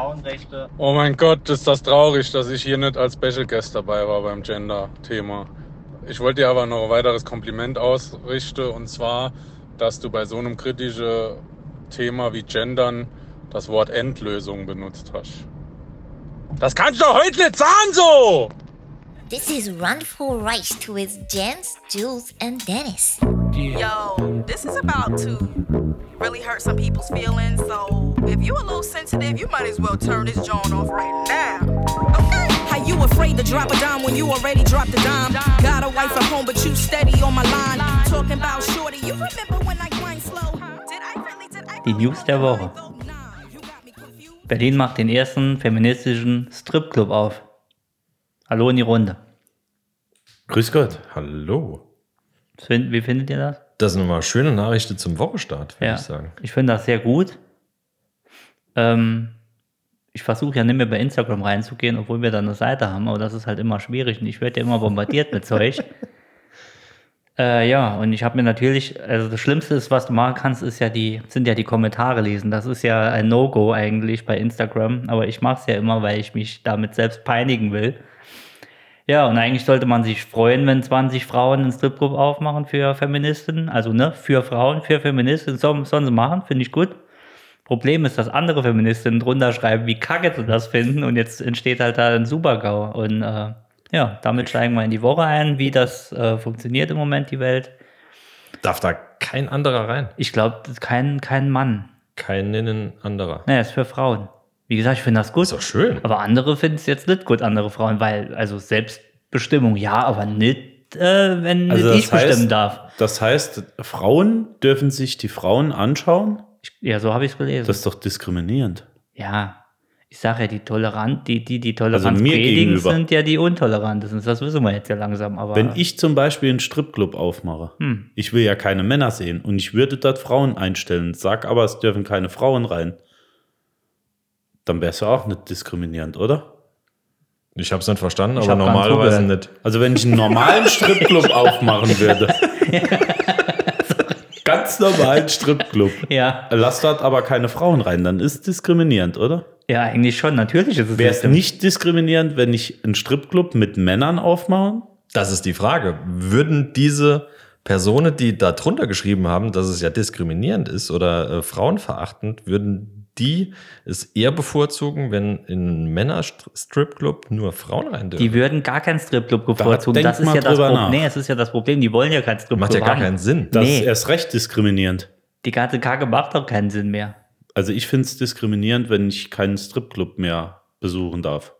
Frauenrechte. Oh mein Gott, ist das traurig, dass ich hier nicht als Special Guest dabei war beim Gender-Thema. Ich wollte dir aber noch ein weiteres Kompliment ausrichten und zwar, dass du bei so einem kritischen Thema wie Gendern das Wort Endlösung benutzt hast. Das kannst du doch heute nicht sagen so! This is Run for Rice with Jens, Jules, and Dennis. Yo, this is about to really hurt some people's feelings. So if you a little sensitive, you might as well turn this joint off right now. Okay. How you afraid to drop a dime when you already dropped a dime? Got a wife at home, but you steady on my line. Talking about shorty, you remember when I grind slow? Did I really, did I Die News der Woche. Berlin macht den ersten feministischen Stripclub auf. Hallo in die Runde. Grüß Gott. Hallo. Was find- Wie findet ihr das? Das sind mal schöne Nachrichten zum Wochenstart, würde Ja, ich sagen. ich finde das sehr gut. Ähm, ich versuche ja nicht mehr bei Instagram reinzugehen, obwohl wir da eine Seite haben, aber das ist halt immer schwierig und ich werde ja immer bombardiert mit Zeug. Äh, ja, und ich habe mir natürlich, also das Schlimmste ist, was du machen kannst, ist ja die, sind ja die Kommentare lesen. Das ist ja ein No-Go eigentlich bei Instagram, aber ich mache es ja immer, weil ich mich damit selbst peinigen will. Ja, und eigentlich sollte man sich freuen, wenn 20 Frauen einen Stripclub aufmachen für Feministinnen. Also, ne, für Frauen, für Feministinnen. So, sollen sie machen, finde ich gut. Problem ist, dass andere Feministinnen drunter schreiben, wie kacke sie das finden. Und jetzt entsteht halt da ein Supergau. Und äh, ja, damit steigen wir in die Woche ein, wie das äh, funktioniert im Moment, die Welt. Darf da kein anderer rein? Ich glaube, kein, kein Mann. Keinen anderer. Naja, ist für Frauen. Wie gesagt, ich finde das gut. Ist doch schön. Aber andere finden es jetzt nicht gut, andere Frauen, weil, also Selbstbestimmung ja, aber nicht, äh, wenn Also nicht das ich bestimmen heißt- darf. Das heißt, Frauen dürfen sich die Frauen anschauen? Ich, ja, so habe ich es gelesen. Das ist doch diskriminierend. ja, ich sage ja, die Tolerant, die, die, die Toleranz Also mir predigen, gegenüber. sind ja die Intolerantesten. Das wissen wir jetzt ja langsam. Aber Wenn ich zum Beispiel einen Stripclub aufmache, Hm. ich will ja keine Männer sehen und ich würde dort Frauen einstellen, sag aber, es dürfen keine Frauen rein, dann wäre es ja auch nicht diskriminierend, oder? Ich habe es nicht verstanden, Ich aber hab ganz normalerweise zugehört. nicht. Also wenn ich einen normalen Stripclub aufmachen würde. Ganz normalen Stripclub. ja, Lass dort aber keine Frauen rein, dann ist es diskriminierend, oder? ja, eigentlich schon. Natürlich ist es Wäre es nicht- nicht diskriminierend, wenn ich einen Stripclub mit Männern aufmache? Das ist die Frage. Würden diese Personen, die da drunter geschrieben haben, dass es ja diskriminierend ist oder äh, frauenverachtend, würden die es eher bevorzugen, wenn in einen Männer-Stripclub nur Frauen rein dürfen? Die würden gar keinen Stripclub bevorzugen. denk das ist mal ja das drüber Problem. nach. Nee, es ist ja das Problem. Die wollen ja keinen Stripclub. Macht ja gar haben. keinen Sinn. Das Nee. ist erst recht diskriminierend. Die ganze Kacke macht doch keinen Sinn mehr. Also ich finde es diskriminierend, wenn ich keinen Stripclub mehr besuchen darf.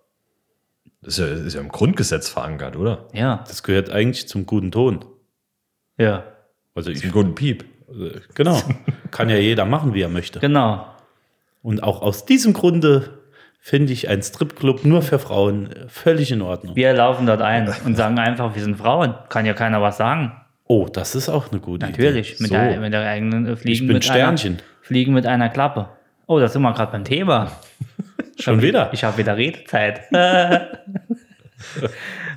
Das ist ja, ist ja im Grundgesetz verankert, oder? Ja, Das gehört eigentlich zum guten Ton. ja, Also ich, Im guten Piep. äh, genau, kann ja jeder machen, wie er möchte. genau. Und auch aus diesem Grunde finde ich einen Stripclub nur für Frauen äh, völlig in Ordnung. Wir laufen dort ein und sagen einfach, wir sind Frauen. Kann ja keiner was sagen. Oh, das ist auch eine gute Natürlich, Idee. mit, So. der, mit der eigenen äh, Fliegen. Ich bin mit Sternchen. Einer, Fliegen mit einer Klappe. Oh, da sind wir gerade beim Thema. Schon wieder. Ich habe wieder Redezeit.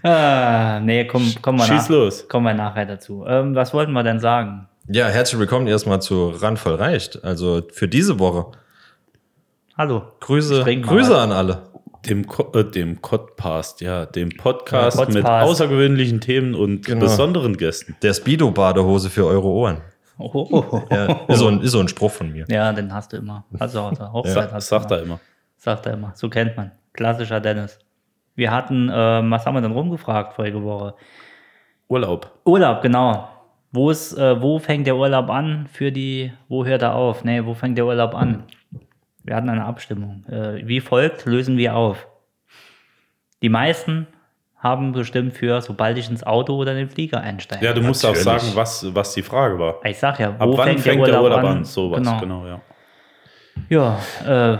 ah, nee, komm, komm mal Schieß nach, los. Kommen wir nachher dazu. Ähm, was wollten wir denn sagen? Ja, herzlich willkommen erstmal zu Randvoll Reicht. Also für diese Woche. Hallo. Grüße, Ich trink mal Grüße was. an alle. Dem, Ko- äh, dem Codpast, ja, dem Podcast Ja, Codpast. mit außergewöhnlichen Themen und Genau. besonderen Gästen. Der Speedo-Badehose für eure Ohren. Oh, oh, oh. Ja. Ja, ist, so ein, ist so ein Spruch von mir. den hast du immer. Also, also Hochzeit Sa- hast du sagt immer. er immer. Sagt er immer. So kennt man. Klassischer Dennis. Wir hatten, ähm, was haben wir denn rumgefragt vorige Woche? Urlaub. Urlaub, genau. Wo, ist, äh, wo fängt der Urlaub an für die, wo hört er auf? Nee, wo fängt der Urlaub an? Wir hatten eine Abstimmung. Äh, wie folgt, lösen wir auf. Die meisten haben bestimmt für, sobald ich ins Auto oder den Flieger einsteige. Ja, du musst auch Natürlich. sagen, was, was die Frage war. Ich sag ja, Ab wo wann fängt, der, Urlaub an? Sowas, genau, ja. Ja, äh,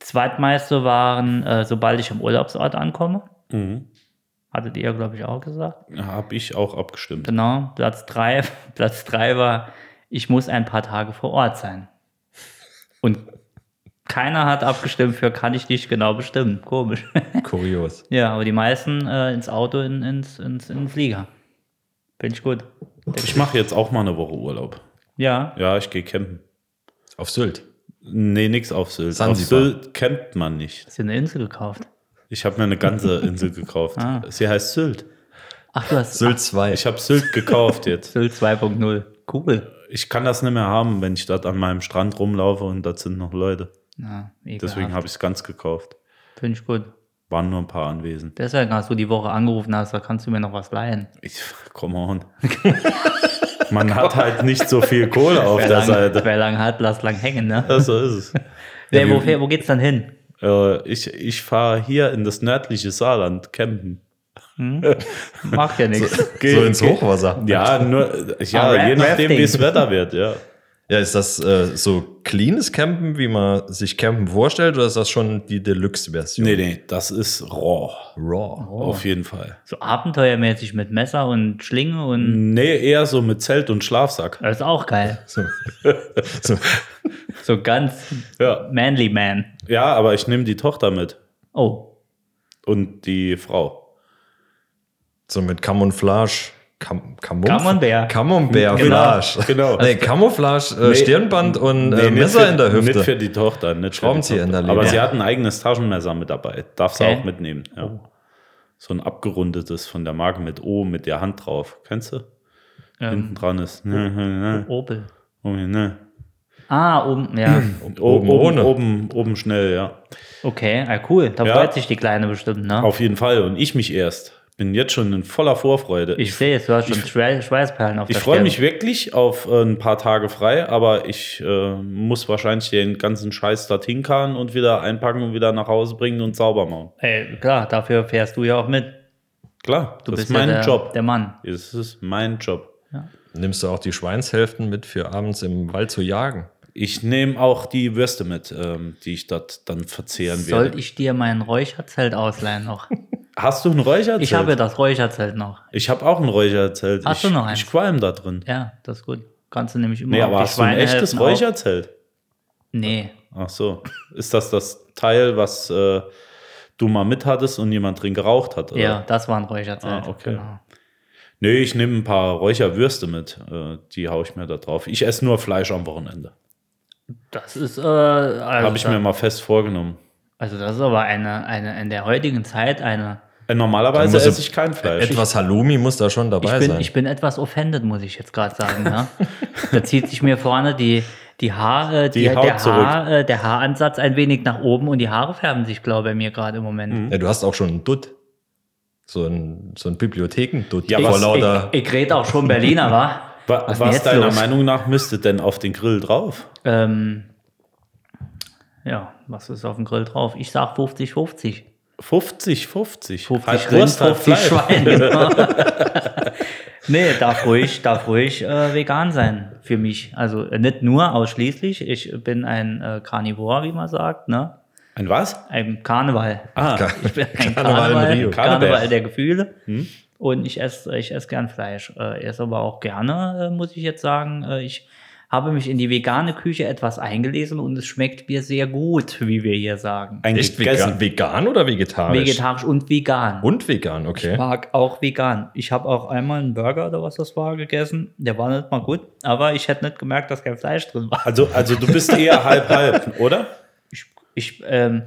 zweitmeiste waren, äh, sobald ich im Urlaubsort ankomme. Mhm. Hattet ihr, glaube ich, auch gesagt. Habe ich auch abgestimmt. Genau, Platz 3 Platz drei war, ich muss ein paar Tage vor Ort sein. Und keiner hat abgestimmt für, kann ich nicht genau bestimmen. Komisch. Kurios. ja, aber die meisten äh, ins Auto, in, ins, ins, in den Flieger. Finde ich gut. Ich mache jetzt auch mal eine Woche Urlaub. Ja, Ja, ich gehe campen. Auf Sylt. Nee, nix auf Sylt. Auf Sansibar. Sylt kennt man nicht. Hast du eine Insel gekauft? Ich habe mir eine ganze Insel gekauft. Ah. Sie heißt Sylt. Ach, du hast Sylt 2. Ich habe Sylt gekauft jetzt. Sylt 2.0. Cool. Ich kann das nicht mehr haben, wenn ich dort an meinem Strand rumlaufe und dort sind noch Leute. Ja, Deswegen habe ich es ganz gekauft. Finde ich gut. Waren nur ein paar anwesend. Deswegen hast du die Woche angerufen hast, da kannst du mir noch was leihen. Ich, come on. Man hat halt nicht so viel Kohle auf der lang, Seite. Äh, Wer lang hat, lasst lang hängen, ne? Ja, so ist es. Wer, wir- wo, fähr- wo geht's dann hin? Äh, ich ich fahre hier in das nördliche Saarland campen. Macht ja nichts. Geh- so ins geh- Hochwasser. Ja, nur, ja, Ah, Ra- je nachdem, Rafting. wie es Wetter wird, ja. Ja, ist das äh, so cleanes Campen, wie man sich Campen vorstellt, oder ist das schon die Deluxe-Version? Nee, nee, das ist raw. Raw. Auf jeden Fall. So abenteuermäßig mit Messer und Schlinge und. Nee, eher so mit Zelt und Schlafsack. Das ist auch geil. So. so. So ganz Ja, manly man. ja aber ich nehme die Tochter mit Oh, und die Frau. So mit Camouflage. Cam Camouf- Camembert. Camembert-Flage. Genau. Nee, Camouflage, äh, Nee. Stirnband und Nee, äh, nicht Messer für, in der Nicht für Hüfte. die Tochter, nicht für die Schraubenzieher in der Tochter. Aber Leber. sie hat ein eigenes Taschenmesser mit dabei. Darf sie Okay. auch mitnehmen. Ja. Oh. So ein abgerundetes von der Marke mit O, mit der Hand drauf. Kennst du? Hinten ähm, dran ist. Ne, ne, Opel. ne, ne. Ah, oben, ja. Oben, oben, ohne. oben, oben schnell, ja. Okay, ah, cool. Da Ja. freut sich die Kleine bestimmt, ne? Auf jeden Fall. Und ich mich erst. Bin jetzt schon in voller Vorfreude. ich sehe es, du hast schon Schwe- Schweißperlen auf ich der freue Stirn. mich wirklich auf äh, ein paar Tage frei, aber ich äh, muss wahrscheinlich den ganzen Scheiß dorthin karren und wieder einpacken und wieder nach Hause bringen und sauber machen. Ey, klar, dafür fährst du ja auch mit. Klar, Du das bist ist mein ja der, Job. der Mann. Es ist mein Job. Nimmst du auch die Schweinshälften mit für abends im Wald zu jagen? Ich nehme auch die Würste mit, ähm, die ich dort dann verzehren Soll werde. ich dir mein Räucherzelt ausleihen noch? Hast du ein Räucherzelt? Ich habe das Räucherzelt noch. Ich habe auch ein Räucherzelt. Hast ich, du noch eins? Ich qualm da drin. Ja, das ist gut. Kannst du nämlich immer nee, auf aber die hast du ein Schweinehälften echtes auf- Räucherzelt? Nee, Ach so. Ist das das Teil, was äh, du mal mit hattest und jemand drin geraucht hat? Oder? ja, das war ein Räucherzelt. Ah, okay. Genau. Nee, ich nehme ein paar Räucherwürste mit. Äh, die haue ich mir da drauf. Ich esse nur Fleisch am Wochenende. Das ist, äh, also, habe ich mir mal fest vorgenommen. also das ist aber eine, eine, in der heutigen Zeit eine, Äh, Dann normalerweise muss esse er- ich kein e- Fleisch. Etwas Halloumi muss da schon ich dabei bin, sein. ich bin etwas offended, muss ich jetzt gerade sagen. Ja? da zieht sich mir vorne die, die Haar, äh, die, Die Haut der, zurück. Haar, äh, der Haaransatz ein wenig nach oben und die Haare färben sich, glaube ich, bei mir gerade im Moment. ja, du hast auch schon einen Dutt. So ein, so ein Bibliotheken-Dutt. Ja, vor was- lauter. Ich, ich rede auch schon Berliner, wa? Wa- ist denn was jetzt deiner los? Meinung nach müsste denn auf den Grill drauf? Ähm, ja, was ist auf dem Grill drauf? Ich sag 50-50. 50, 50. 50 Rind, halt 50 Schwein. genau. nee, darf ruhig, darf ruhig äh, vegan sein für mich. Also äh, nicht nur ausschließlich. Ich bin ein äh, Carnivore, wie man sagt, ne? Ein was? Ein Karneval. Ah, Ich bin ein Karneval in Karneval, Rio. Karneval, Karneval. der Gefühle. Und ich esse ich ess gern Fleisch. Äh, esse aber auch gerne, äh, muss ich jetzt sagen. Äh, ich habe mich in die vegane Küche etwas eingelesen und es schmeckt mir sehr gut, wie wir hier sagen. ein Echt vegan, gegessen. vegan oder vegetarisch? Vegetarisch und vegan. Und vegan, okay. mag auch vegan. Ich habe auch einmal einen Burger oder was das war gegessen. Der war nicht mal gut, aber ich hätte nicht gemerkt, dass kein Fleisch drin war. Also, also du bist eher halb halb, oder? Ich, ich, ähm,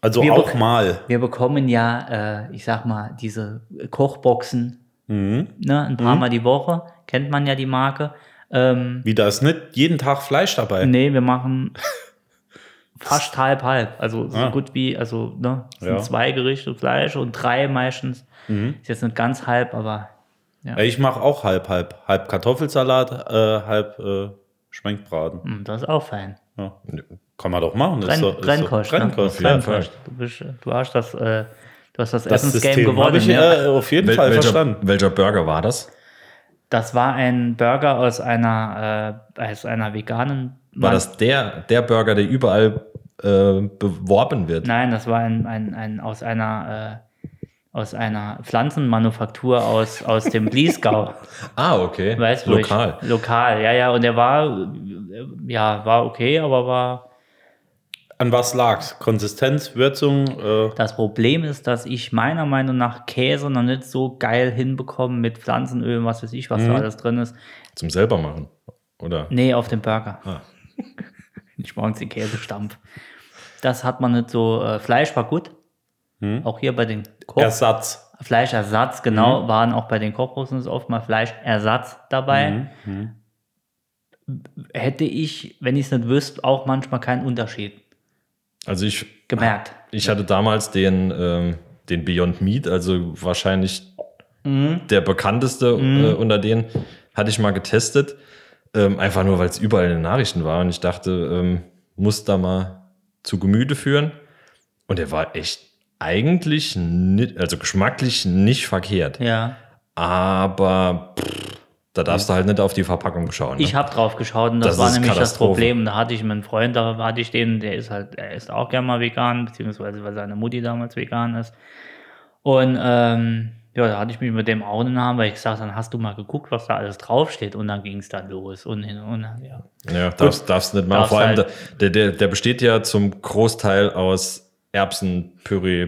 Also Wir auch bek- mal. wir bekommen ja, äh, ich sag mal, diese Kochboxen Mhm. ne, ein paar Mal die Woche. Kennt man ja die Marke. Ähm, Wie da ist nicht jeden Tag Fleisch dabei. nee, wir machen fast halb halb. Also so Ah. gut wie, also ne, es sind Ja. Mhm. zwei Gerichte Fleisch und drei meistens. Ist jetzt nicht ganz halb, aber Ja, Ich mache auch halb halb. Halb Kartoffelsalat, äh, halb äh, Schwenkbraten. mh, Mm, das ist auch fein. Ja. Kann man doch machen. Brenn, ist doch, ist Brennkost. Doch Brennkost, ne? ja. Brennkost. Du, bist, du hast das, äh, du hast das, Das Essensgame System habe gewonnen. ne? ich ja. äh, auf jeden Wel- Fall welcher, verstanden. welcher Burger war das? Das war ein Burger aus einer, äh, aus einer veganen. War das der, der Burger, der überall äh, beworben wird? Nein, das war ein, ein, ein aus einer äh, aus einer Pflanzenmanufaktur aus, aus dem Bliesgau. Ah, okay. weißt, wo Lokal. Ich, lokal, ja, ja. Und der war, äh, ja, war okay, aber war. An was lag's? Konsistenz, Würzung, äh, Das Problem ist, dass ich meiner Meinung nach Käse noch nicht so geil hinbekomme mit Pflanzenöl, was weiß ich, Mhm. was da alles drin ist. Zum selber machen. Oder? Nee, auf dem Burger. ich morgens den Käsestampf. Das hat man nicht so. Äh, Fleisch war gut. Auch hier bei den Korb Ersatz. Fleischersatz, genau, waren auch bei den Kochbrüsten oft mal Fleischersatz dabei. Hm. mhm. Hätte ich, wenn ich es nicht wüsste, auch manchmal keinen Unterschied Also ich, gemerkt. ich hatte damals den, ähm, den Beyond Meat, also wahrscheinlich Hm? der bekannteste Mhm. äh, unter denen, hatte ich mal getestet. Ähm, einfach nur, weil es überall in den Nachrichten war und ich dachte, ähm, muss da mal zu Gemüte führen. Und der war echt eigentlich, nicht, also geschmacklich nicht verkehrt. Ja. Aber pff, da darfst du halt nicht auf die Verpackung schauen. Ne? Ich habe drauf geschaut und das, Das war ist nämlich das Katastrophe. Problem. Da hatte ich meinen Freund, da hatte ich den, der ist halt, er ist auch gerne mal vegan, beziehungsweise weil seine Mutti damals vegan ist. Und ähm, ja, da hatte ich mich mit dem auch in den Namen, weil ich gesagt dann hast du mal geguckt, was da alles draufsteht. Und dann ging es dann los. Und, hin und ja. Ja, darfst, darfst nicht machen. Darfst Vor allem, halt- der, der, der besteht ja zum Großteil aus Erbsenpüree,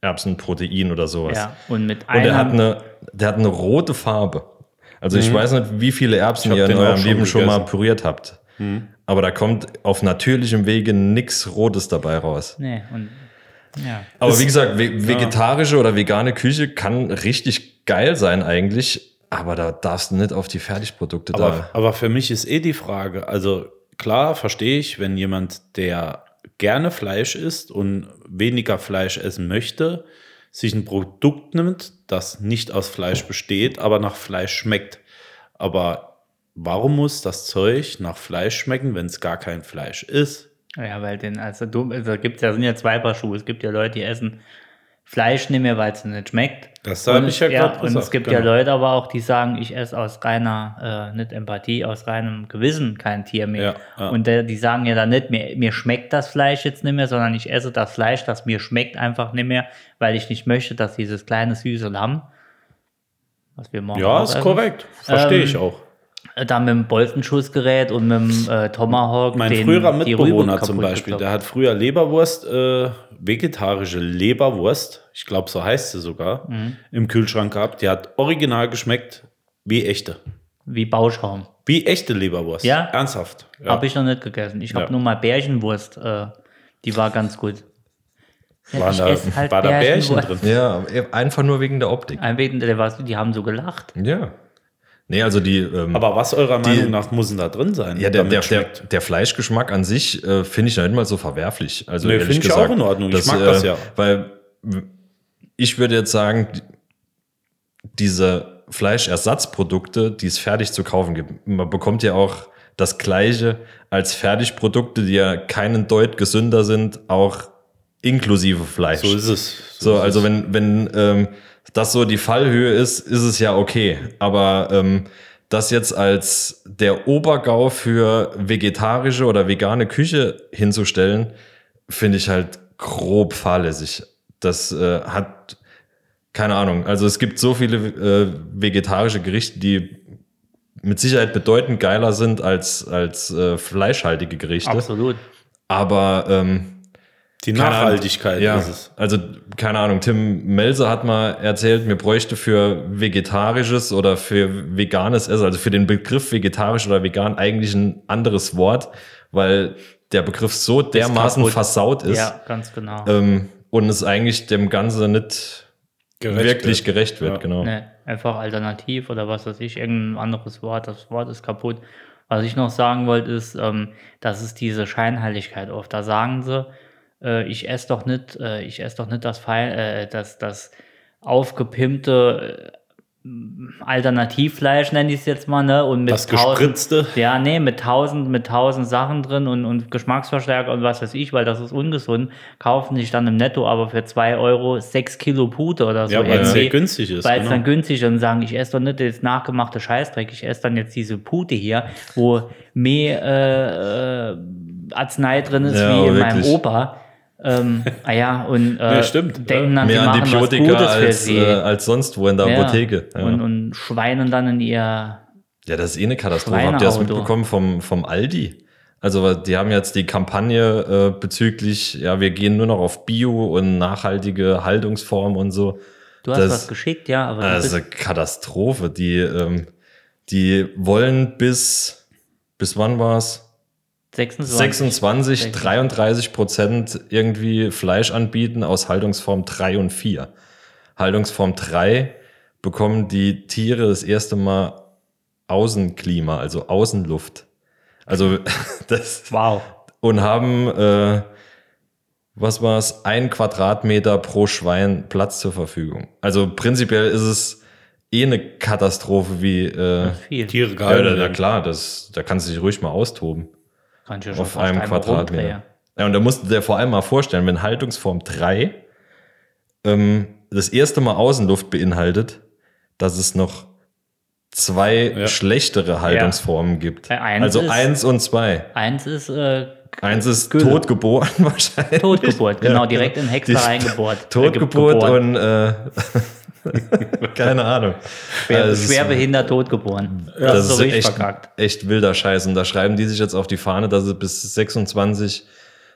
Erbsenprotein oder sowas. ja. Und mit Und der hat, einem, eine, der hat eine rote Farbe. Also ich weiß nicht, wie viele Mhm. Ich Erbsen hab ihr in den auch eurem schon Leben schon mal gegessen. Mhm. püriert habt. Aber da kommt auf natürlichem Wege nichts Rotes dabei raus. nee, und ja. Aber wie gesagt, ve vegetarische oder vegane Küche kann richtig geil sein eigentlich, aber da darfst du nicht auf die Fertigprodukte Aber, da. aber für mich ist eh die Frage, also klar verstehe ich, wenn jemand, der gerne Fleisch isst und weniger Fleisch essen möchte, sich ein Produkt nimmt, das nicht aus Fleisch besteht, aber nach Fleisch schmeckt. Aber warum muss das Zeug nach Fleisch schmecken, wenn es gar kein Fleisch ist? Ja, weil den, also du, also gibt's ja, sind ja zwei Paar Schuhe. Es gibt ja Leute, die essen Fleisch nicht mehr, weil es ihnen nicht schmeckt. Das hab Und ich es- ja grad Und es gesagt, gibt ja genau. Leute aber auch, die sagen, ich esse aus reiner, äh, nicht Empathie, aus reinem Gewissen kein Tier mehr. Ja, ja. Und der, die sagen ja dann nicht, mir, mir schmeckt das Fleisch jetzt nicht mehr, sondern ich esse das Fleisch, das mir schmeckt einfach nicht mehr, weil ich nicht möchte, dass dieses kleine süße Lamm, was wir morgen Ja, auch ist essen, korrekt. Verstehe Ähm, ich auch. äh, Dann mit dem Bolzenschussgerät und mit dem äh, Tomahawk. Mein den- früherer die Rübe Mitbewohner zum kaputt Beispiel, gekloppt. der hat früher Leberwurst, äh, vegetarische Leberwurst, ich glaube, so heißt sie sogar, Mhm. im Kühlschrank gehabt. Die hat original geschmeckt wie echte. Wie Bauschaum. Wie echte Leberwurst. Ja? Ernsthaft. Ja. Habe ich noch nicht gegessen. Ich habe Ja. nur mal Bärchenwurst. Äh, die war ganz gut. Ja, war ich da, ess halt war da Bärchen Bärchenwurst. drin. Ja, einfach nur wegen der Optik. Ein Weg, der war, die haben so gelacht. Ja. Nee, also die. Ähm, Aber was eurer Meinung nach muss denn da drin sein? ja, der, damit der, also der, schmeckt? der Fleischgeschmack an sich äh, finde ich noch nicht mal so verwerflich. Also Nee, ehrlich finde ich gesagt, auch in Ordnung. Ich Das, mag äh, das ja. Weil w- ich würde jetzt sagen, die- diese Fleischersatzprodukte, die es fertig zu kaufen gibt, man bekommt ja auch das Gleiche als Fertigprodukte, die ja keinen Deut gesünder sind, auch inklusive Fleisch. So ist es. So, ist also es. wenn, wenn ähm, das so die Fallhöhe ist, ist es ja okay. Aber ähm, das jetzt als der Obergau für vegetarische oder vegane Küche hinzustellen, finde ich halt grob fahrlässig. Das äh, hat keine Ahnung. Also es gibt so viele äh, vegetarische Gerichte, die mit Sicherheit bedeutend geiler sind als, als äh, fleischhaltige Gerichte. Absolut. Aber ähm, Die keine Ahnung. Nachhaltigkeit ja. ist es. Also, keine Ahnung, Tim Melzer hat mal erzählt, mir bräuchte für vegetarisches oder für veganes Essen, also für den Begriff vegetarisch oder vegan eigentlich ein anderes Wort, weil der Begriff so dermaßen kaputt. versaut ist ja, ganz genau. Äh, ähm, und es eigentlich dem Ganzen nicht wirklich gerecht wird, Ja. genau. Ne, einfach alternativ oder was weiß ich, irgendein anderes Wort. Das Wort ist kaputt. Was ich noch sagen wollte, ist, ähm, das ist diese Scheinheiligkeit oft. Da sagen sie, äh, ich esse doch nicht, äh, ich esse doch nicht das, Fein, äh, das, das aufgepimpte äh, Alternativfleisch, nenne ich es jetzt mal, ne? Und mit Also Das tausend- gespritzte. ja, nee, mit tausend, mit tausend Sachen drin und, und Geschmacksverstärker und was weiß ich, weil das ist ungesund. Kaufen sich dann im Netto aber für zwei Euro sechs Kilo Pute oder so. Ja, weil es irgendwie, sehr günstig ist, Weil es genau. dann günstig ist und sagen, ich esse doch nicht das nachgemachte Scheißdreck, ich esse dann jetzt diese Pute hier, wo mehr äh, äh, Arznei drin ist Ja, wie in aber meinem wirklich. Opa. Ähm, ah ja, und äh, Nee, stimmt, denken ja. dann, die Mehr machen was Antibiotika Gutes für als, sie. äh, als sonst wo in der Ja. Apotheke. Ja. Und, und schweinen dann in ihr Ja, das ist eh eine Katastrophe. Habt ihr das Schweineauto. mitbekommen vom, vom Aldi? Also weil die haben jetzt die Kampagne äh, bezüglich, ja, wir gehen nur noch auf Bio und nachhaltige Haltungsformen und so. Du hast Das- was geschickt, ja, aber du Also bist, Katastrophe. Die, ähm, die wollen bis, bis wann war's? 26. 26, 33 Prozent irgendwie Fleisch anbieten aus Haltungsform 3 und 4. Haltungsform 3 bekommen die Tiere das erste Mal Außenklima, also Außenluft. Also das Wow. und haben äh, was war's, ein Quadratmeter pro Schwein Platz zur Verfügung. Also prinzipiell ist es eh eine Katastrophe, wie äh, Viel. Tiere ja, gehalten. da, da, werden. klar, das, da kannst du dich ruhig mal austoben Kannst du ja schon auf fast einem einmal rumdrehen. Quadratmeter. Ja, und da musst du dir vor allem mal vorstellen, wenn Haltungsform 3 ähm, das erste Mal Außenluft beinhaltet, dass es noch zwei Ja. schlechtere Haltungsformen gibt. Äh, eins also ist- eins und zwei. Eins ist äh, Eins ist Gülle. tot geboren wahrscheinlich. Totgeburt, genau, Ja. direkt in Hexer Die- reingebohrt. Totgeburt Äh, ge- und äh, keine Ahnung. Schwer, Also es ist- schwerbehindert totgeboren. das ist richtig echt, verkackt. echt wilder Scheiß. Und da schreiben die sich jetzt auf die Fahne, dass sie bis 26,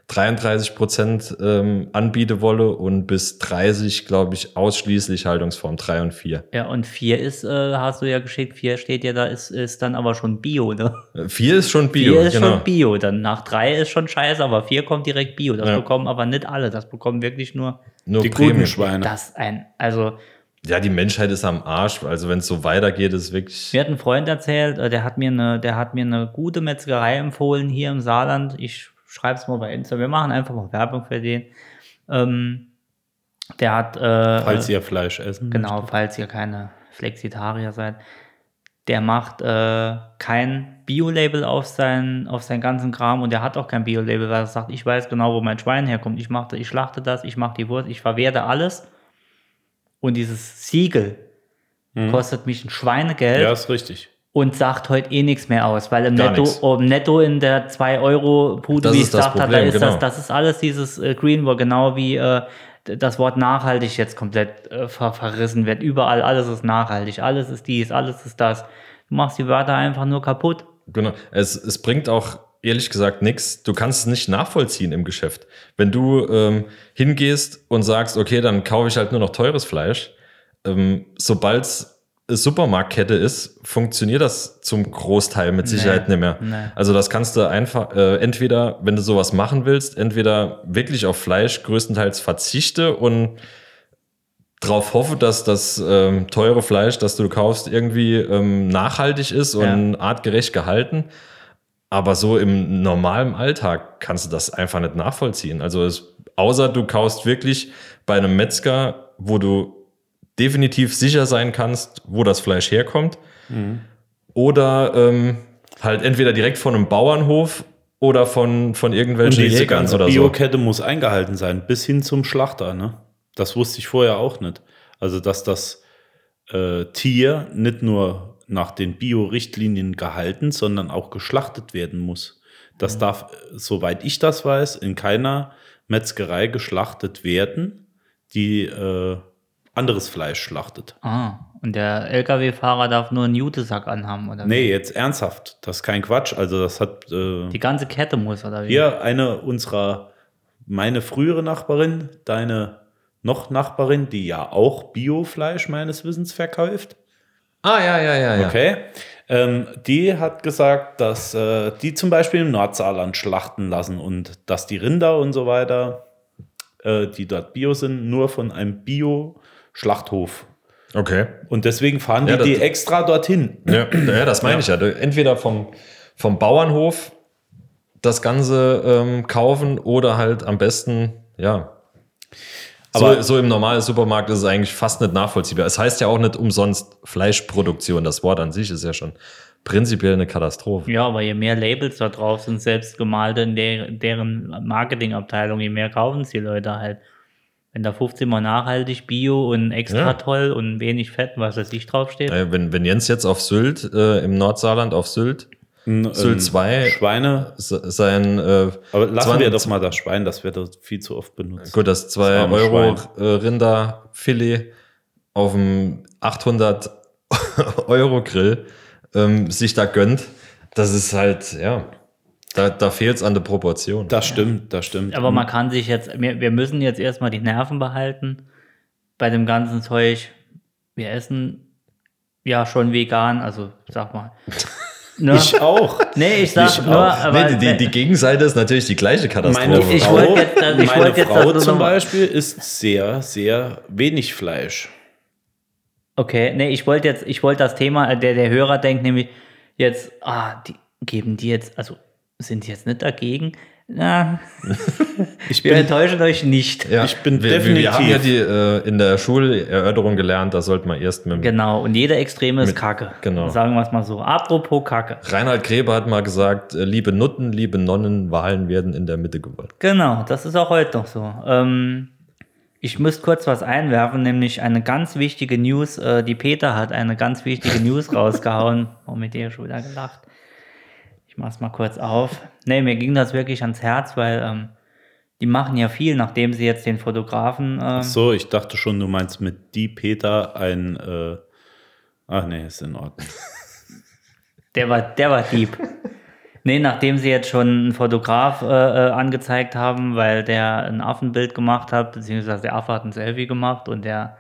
33 Prozent ähm, anbiete wolle und bis 30, glaube ich, ausschließlich Haltungsform 3 und 4. Ja, und vier ist, äh, hast du ja geschickt, vier steht ja da, ist, ist dann aber schon Bio, ne? 4 Äh, ist schon Bio, Vier ist genau. schon Bio, dann nach drei ist schon scheiße, aber vier kommt direkt Bio. Das Ja. bekommen aber nicht alle, das bekommen wirklich nur Nur Die Premium. guten Schweine. das ein. Also, Ja, die Menschheit ist am Arsch. Also wenn es so weitergeht, ist wirklich. mir hat ein Freund erzählt, äh, der hat mir eine, der hat mir eine gute Metzgerei empfohlen hier im Saarland. Ich schreibe es mal bei Insta. Wir machen einfach mal Werbung für den. Ähm, der hat, äh, Falls ihr Fleisch essen. Genau, falls ihr keine Flexitarier seid. Der macht äh, kein Bio-Label auf seinen, auf seinen ganzen Kram und der hat auch kein Bio-Label, weil er sagt, ich weiß genau, wo mein Schwein herkommt. Ich, mache, ich schlachte das, ich mache die Wurst, ich verwerte alles. Und dieses Siegel Hm? kostet mich ein Schweinegeld Mhm. Ja, ist richtig. und sagt heute eh nichts mehr aus, weil im Gar Netto, nix. im Netto in der 2 euro pude Das wie ich ist das gesagt habe, da Problem, ist das, genau. das ist alles dieses äh, Greenwall, genau wie äh, d- das Wort nachhaltig jetzt komplett äh, ver verrissen wird. Überall, alles ist nachhaltig, alles ist dies, alles ist das. Du machst die Wörter einfach nur kaputt. Genau. Es, es bringt auch ehrlich gesagt nichts. Du kannst es nicht nachvollziehen im Geschäft. Wenn du ähm, hingehst und sagst, okay, dann kaufe ich halt nur noch teures Fleisch, ähm, sobald es eine Supermarktkette ist, funktioniert das zum Großteil mit Sicherheit nicht mehr. Nee. Also das kannst du einfach, äh, entweder, wenn du sowas machen willst, entweder wirklich auf Fleisch größtenteils verzichte und drauf hoffe, dass das ähm, teure Fleisch, das du kaufst, irgendwie ähm, nachhaltig ist und artgerecht gehalten. Aber so im normalen Alltag kannst du das einfach nicht nachvollziehen. Also es, außer du kaufst wirklich bei einem Metzger, wo du definitiv sicher sein kannst, wo das Fleisch herkommt. Mhm. Oder ähm, halt entweder direkt von einem Bauernhof oder von, von Und irgendwelchen diese Jägern ganze oder so. Biokette muss eingehalten sein, bis hin zum Schlachter. Ne? Das wusste ich vorher auch nicht. Also, dass das äh, Tier nicht nur nach den Bio-Richtlinien gehalten, sondern auch geschlachtet werden muss. Das darf, äh, soweit ich das weiß, in keiner Metzgerei geschlachtet werden, die äh, anderes Fleisch schlachtet. Ah, und der LKW-Fahrer darf nur einen Jutesack anhaben, oder? wie? Nee, jetzt ernsthaft. Das ist kein Quatsch. Also, das hat. Äh, Die ganze Kette muss, oder wie? Hier eine unserer, meine frühere Nachbarin, deine noch Nachbarin, die ja auch Biofleisch meines Wissens verkauft. Ah, ja, ja, ja, ja. Okay. Ähm, die hat gesagt, dass äh, die zum Beispiel im Nordsaarland schlachten lassen und dass die Rinder und so weiter, äh, die dort Bio sind, nur von einem Bio-Schlachthof. Okay. Und deswegen fahren Ja, die, die das- extra dorthin. Ja, ja das meine ich ja. Du- Entweder vom, vom Bauernhof das Ganze ähm, kaufen oder halt am besten, ja. Aber so, Aber- so im normalen Supermarkt ist es eigentlich fast nicht nachvollziehbar. Es heißt ja auch nicht umsonst Fleischproduktion. Das Wort an sich ist ja schon prinzipiell eine Katastrophe. Ja, aber je mehr Labels da drauf sind, selbst gemalte in der, deren Marketingabteilung, je mehr kaufen es die Leute halt. Wenn da 15 mal nachhaltig, bio und extra Ja. toll und wenig Fett, was weiß ich, draufsteht. Äh, Wenn, wenn Jens jetzt auf Sylt, äh, im Nordsaarland auf Sylt, Ein, Sylt 2 Ähm, Schweine. se- sein äh, Aber lassen 20 wir doch mal das Schwein, das wird doch viel zu oft benutzt. Gut, das Das 2 arme Euro äh, Rinderfilet auf dem 800 Euro Grill ähm, sich da gönnt, das ist halt, ja, da, da fehlt es an der Proportion. Das stimmt, das stimmt. Aber man kann sich jetzt, wir, wir müssen jetzt erstmal die Nerven behalten bei dem ganzen Zeug. Wir essen ja schon vegan, also sag mal. Nur, Ich auch. nee, ich sag Ich nur, auch. aber nee, die, die, die Gegenseite ist natürlich die gleiche Katastrophe. Meine Ich Frau, wollte jetzt- also ich meine wollte jetzt Frau das nur zum noch- Beispiel isst sehr, sehr wenig Fleisch. okay, nee, ich wollte jetzt, ich wollte das Thema, äh, der der Hörer denkt nämlich jetzt, ah, die geben die jetzt, also sind die jetzt nicht dagegen? Na, Ich wir bin, enttäuschen euch nicht. Ja, Ich bin wir, wir- Wir haben ja die definitiv- äh, in der Schulerörterung gelernt, da sollte man erst mit dem Genau, und jeder Extreme ist Mit- Kacke. genau. Sagen wir es mal so. Apropos Kacke. Reinhard Gräber hat mal gesagt, äh, liebe Nutten, liebe Nonnen, Wahlen werden in der Mitte gewollt. Genau, das ist auch heute noch so. Ähm, ich müsste kurz was einwerfen, nämlich eine ganz wichtige News. Äh, die Peter hat eine ganz wichtige News rausgehauen. Oh, mit dir schon wieder gelacht. Ich mach's mal kurz auf. Nee, mir ging das wirklich ans Herz, weil ähm, die machen ja viel, nachdem sie jetzt den Fotografen. Ähm, so, ich dachte schon, du meinst mit die Peter ein. Äh, ach nee, ist in Ordnung. Der war, der war deep. nee, nachdem sie jetzt schon einen Fotograf äh, äh, angezeigt haben, weil der ein Affenbild gemacht hat, beziehungsweise der Affe hat ein Selfie gemacht und der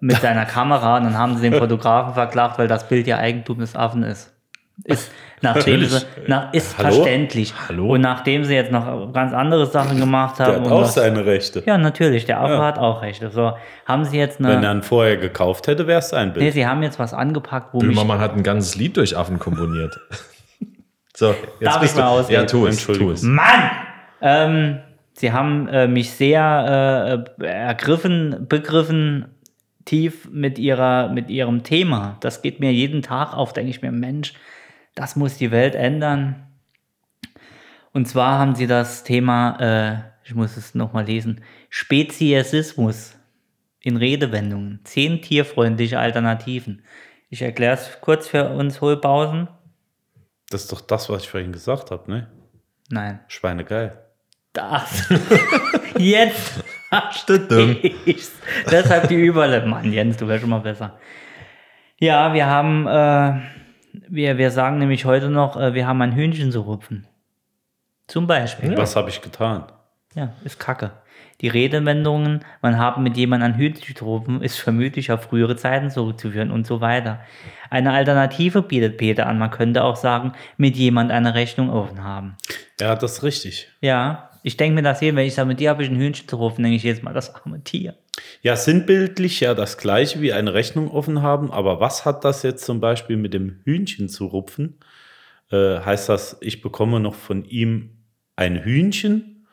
mit seiner Kamera und dann haben sie den Fotografen verklagt, weil das Bild ja Eigentum des Affen ist. Ist, nachdem Natürlich. sie, na, ist Hallo? verständlich. Hallo? Und nachdem sie jetzt noch ganz andere Sachen gemacht haben. Der hat und auch das- seine Rechte. ja, natürlich, der Affe hat auch Rechte. So, haben sie jetzt Wenn eine. er ihn vorher gekauft hätte, wäre es sein Bild. Nee, sie haben jetzt was angepackt, wo mich Böhmermann hat ein ganzes Lied durch Affen komponiert. so, jetzt Darf bist ich mal du. Ja, ausreden? tu es, tu Entschuldigung. es. Mann! Ähm, sie haben äh, mich sehr äh, ergriffen, begriffen, tief mit, ihrer, mit ihrem Thema. Das geht mir jeden Tag auf, denke ich mir, Mensch, das muss die Welt ändern. Und zwar haben sie das Thema, äh, ich muss es nochmal lesen, Speziesismus in Redewendungen. Zehn tierfreundliche Alternativen. Ich erkläre es kurz für uns Hohlpausen. Das ist doch das, was ich vorhin gesagt habe, ne? Nein. Schweinegeil. Das. Jetzt verstehe ich's. Deshalb die Überle. Mann, Jens, du wärst schon mal besser. Ja, wir haben, äh, wir, wir sagen nämlich heute noch, äh, wir haben ein Hühnchen zu rupfen. Zum Beispiel. Was habe ich getan? Ja, ist kacke. Die Redewendungen, man haben mit jemandem ein Hühnchen zu rupfen, ist vermutlich auf frühere Zeiten zurückzuführen und so weiter. Eine Alternative bietet Peter an. Man könnte auch sagen, mit jemand eine Rechnung offen haben. Ja, das ist richtig. Ja, ich denke mir das hier, wenn ich sage, mit dir habe ich ein Hühnchen zu rufen, denke ich jedes Mal, das arme Tier. Ja, sinnbildlich ja das gleiche wie eine Rechnung offen haben, aber was hat das jetzt zum Beispiel mit dem Hühnchen zu rupfen? Äh, heißt das, ich bekomme noch von ihm ein Hühnchen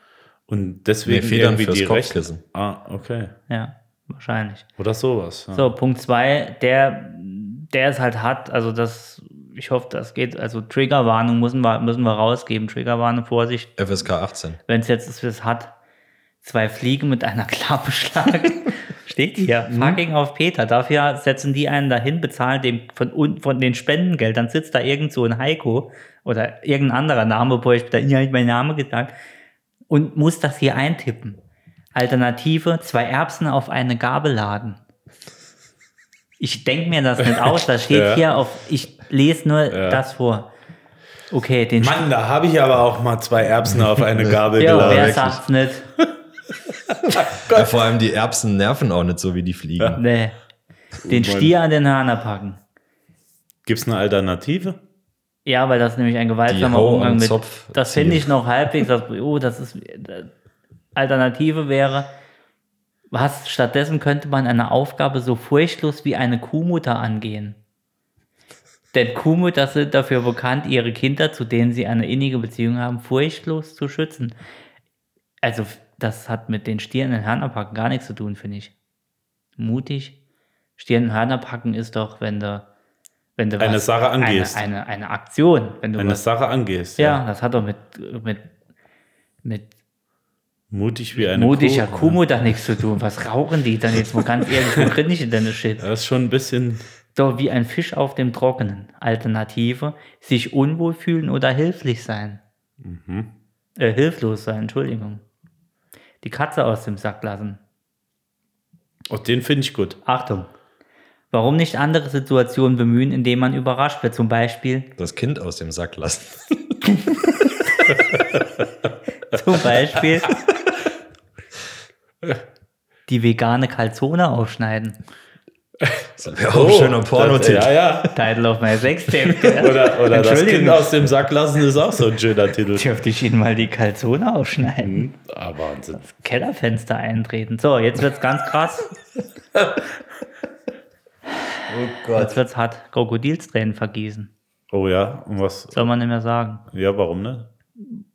und deswegen Nee, Federn irgendwie fürs die Kopfkissen. Rechnung? Ah, okay. Ja, wahrscheinlich. Oder sowas. Ja. So, Punkt zwei, der, der es halt hat, also das, ich hoffe, das geht, also Triggerwarnung müssen wir, müssen wir rausgeben. Triggerwarnung, Vorsicht, FSK 18. wenn es jetzt ist, wie es hat, zwei Fliegen mit einer Hm? Klappe schlagen. Steht hier. Fucking auf Peter. Dafür setzen die einen dahin, bezahlen dem von, unten- von den Spendengeldern. Sitzt da irgend so ein Heiko oder irgendein anderer Name, wo ich da ja, ich hab meinen Namen gesagt und muss das hier eintippen. Alternative: zwei Erbsen auf eine Gabel laden. Ich denke mir das nicht aus. Das steht Ja. hier auf. Ich lese nur das vor. Okay, den Mann, da habe ich aber auch mal zwei Erbsen auf eine Gabel ja, geladen. wer wirklich. sagt's nicht? Ja, vor allem die Erbsen nerven auch nicht so wie die Fliegen. Nee. Den Mann. Stier an den Hörner packen. Gibt es eine Alternative? Ja, weil das ist nämlich ein gewaltsamer Die Hau Umgang am mit. Zopf das finde ziehen. ich noch halbwegs. Das, oh, das ist. Alternative wäre, was stattdessen könnte man eine Aufgabe so furchtlos wie eine Kuhmutter angehen. Denn Kuhmütter sind dafür bekannt, ihre Kinder, zu denen sie eine innige Beziehung haben, furchtlos zu schützen. Also, das hat mit den Stieren in den Hörner packen gar nichts zu tun, finde ich. Mutig. Stieren in den Hörner packen ist doch, wenn du. Wenn du Eine Sache angehst. Eine, eine, eine Aktion. Wenn du Wenn du was, Sache angehst. ja, das hat doch mit, mit, mit Mutig wie eine mutiger Kuh. Kuhmutter nichts zu tun. Was rauchen die dann jetzt mal ganz ehrlich? Wo krieg ich denn das Shit? Das ist schon ein bisschen. So wie ein Fisch auf dem Trockenen. Alternative, sich unwohl fühlen oder hilflich sein. Äh, hilflos sein, Entschuldigung. Die Katze aus dem Sack lassen. Oh, den finde ich gut. Achtung. Warum nicht andere Situationen bemühen, indem man überrascht wird? Zum Beispiel, Das Kind aus dem Sack lassen. zum Beispiel die vegane Calzone aufschneiden. Das wäre auch ein Oh, schöner Pornotitel. Oh, Ja, ja. Title of my Sextape. gell? Oder, oder das Entschuldigung. Kind aus dem Sack lassen ist auch so ein schöner Titel. Dürfte ich Ihnen mal die Kalzone aufschneiden? Ah, Wahnsinn. Kellerfenster eintreten. So, jetzt wird's ganz krass. Oh Jetzt wird's hart. Krokodilstränen vergießen. Oh ja, und was? Soll man nicht mehr sagen. Ja, warum ne?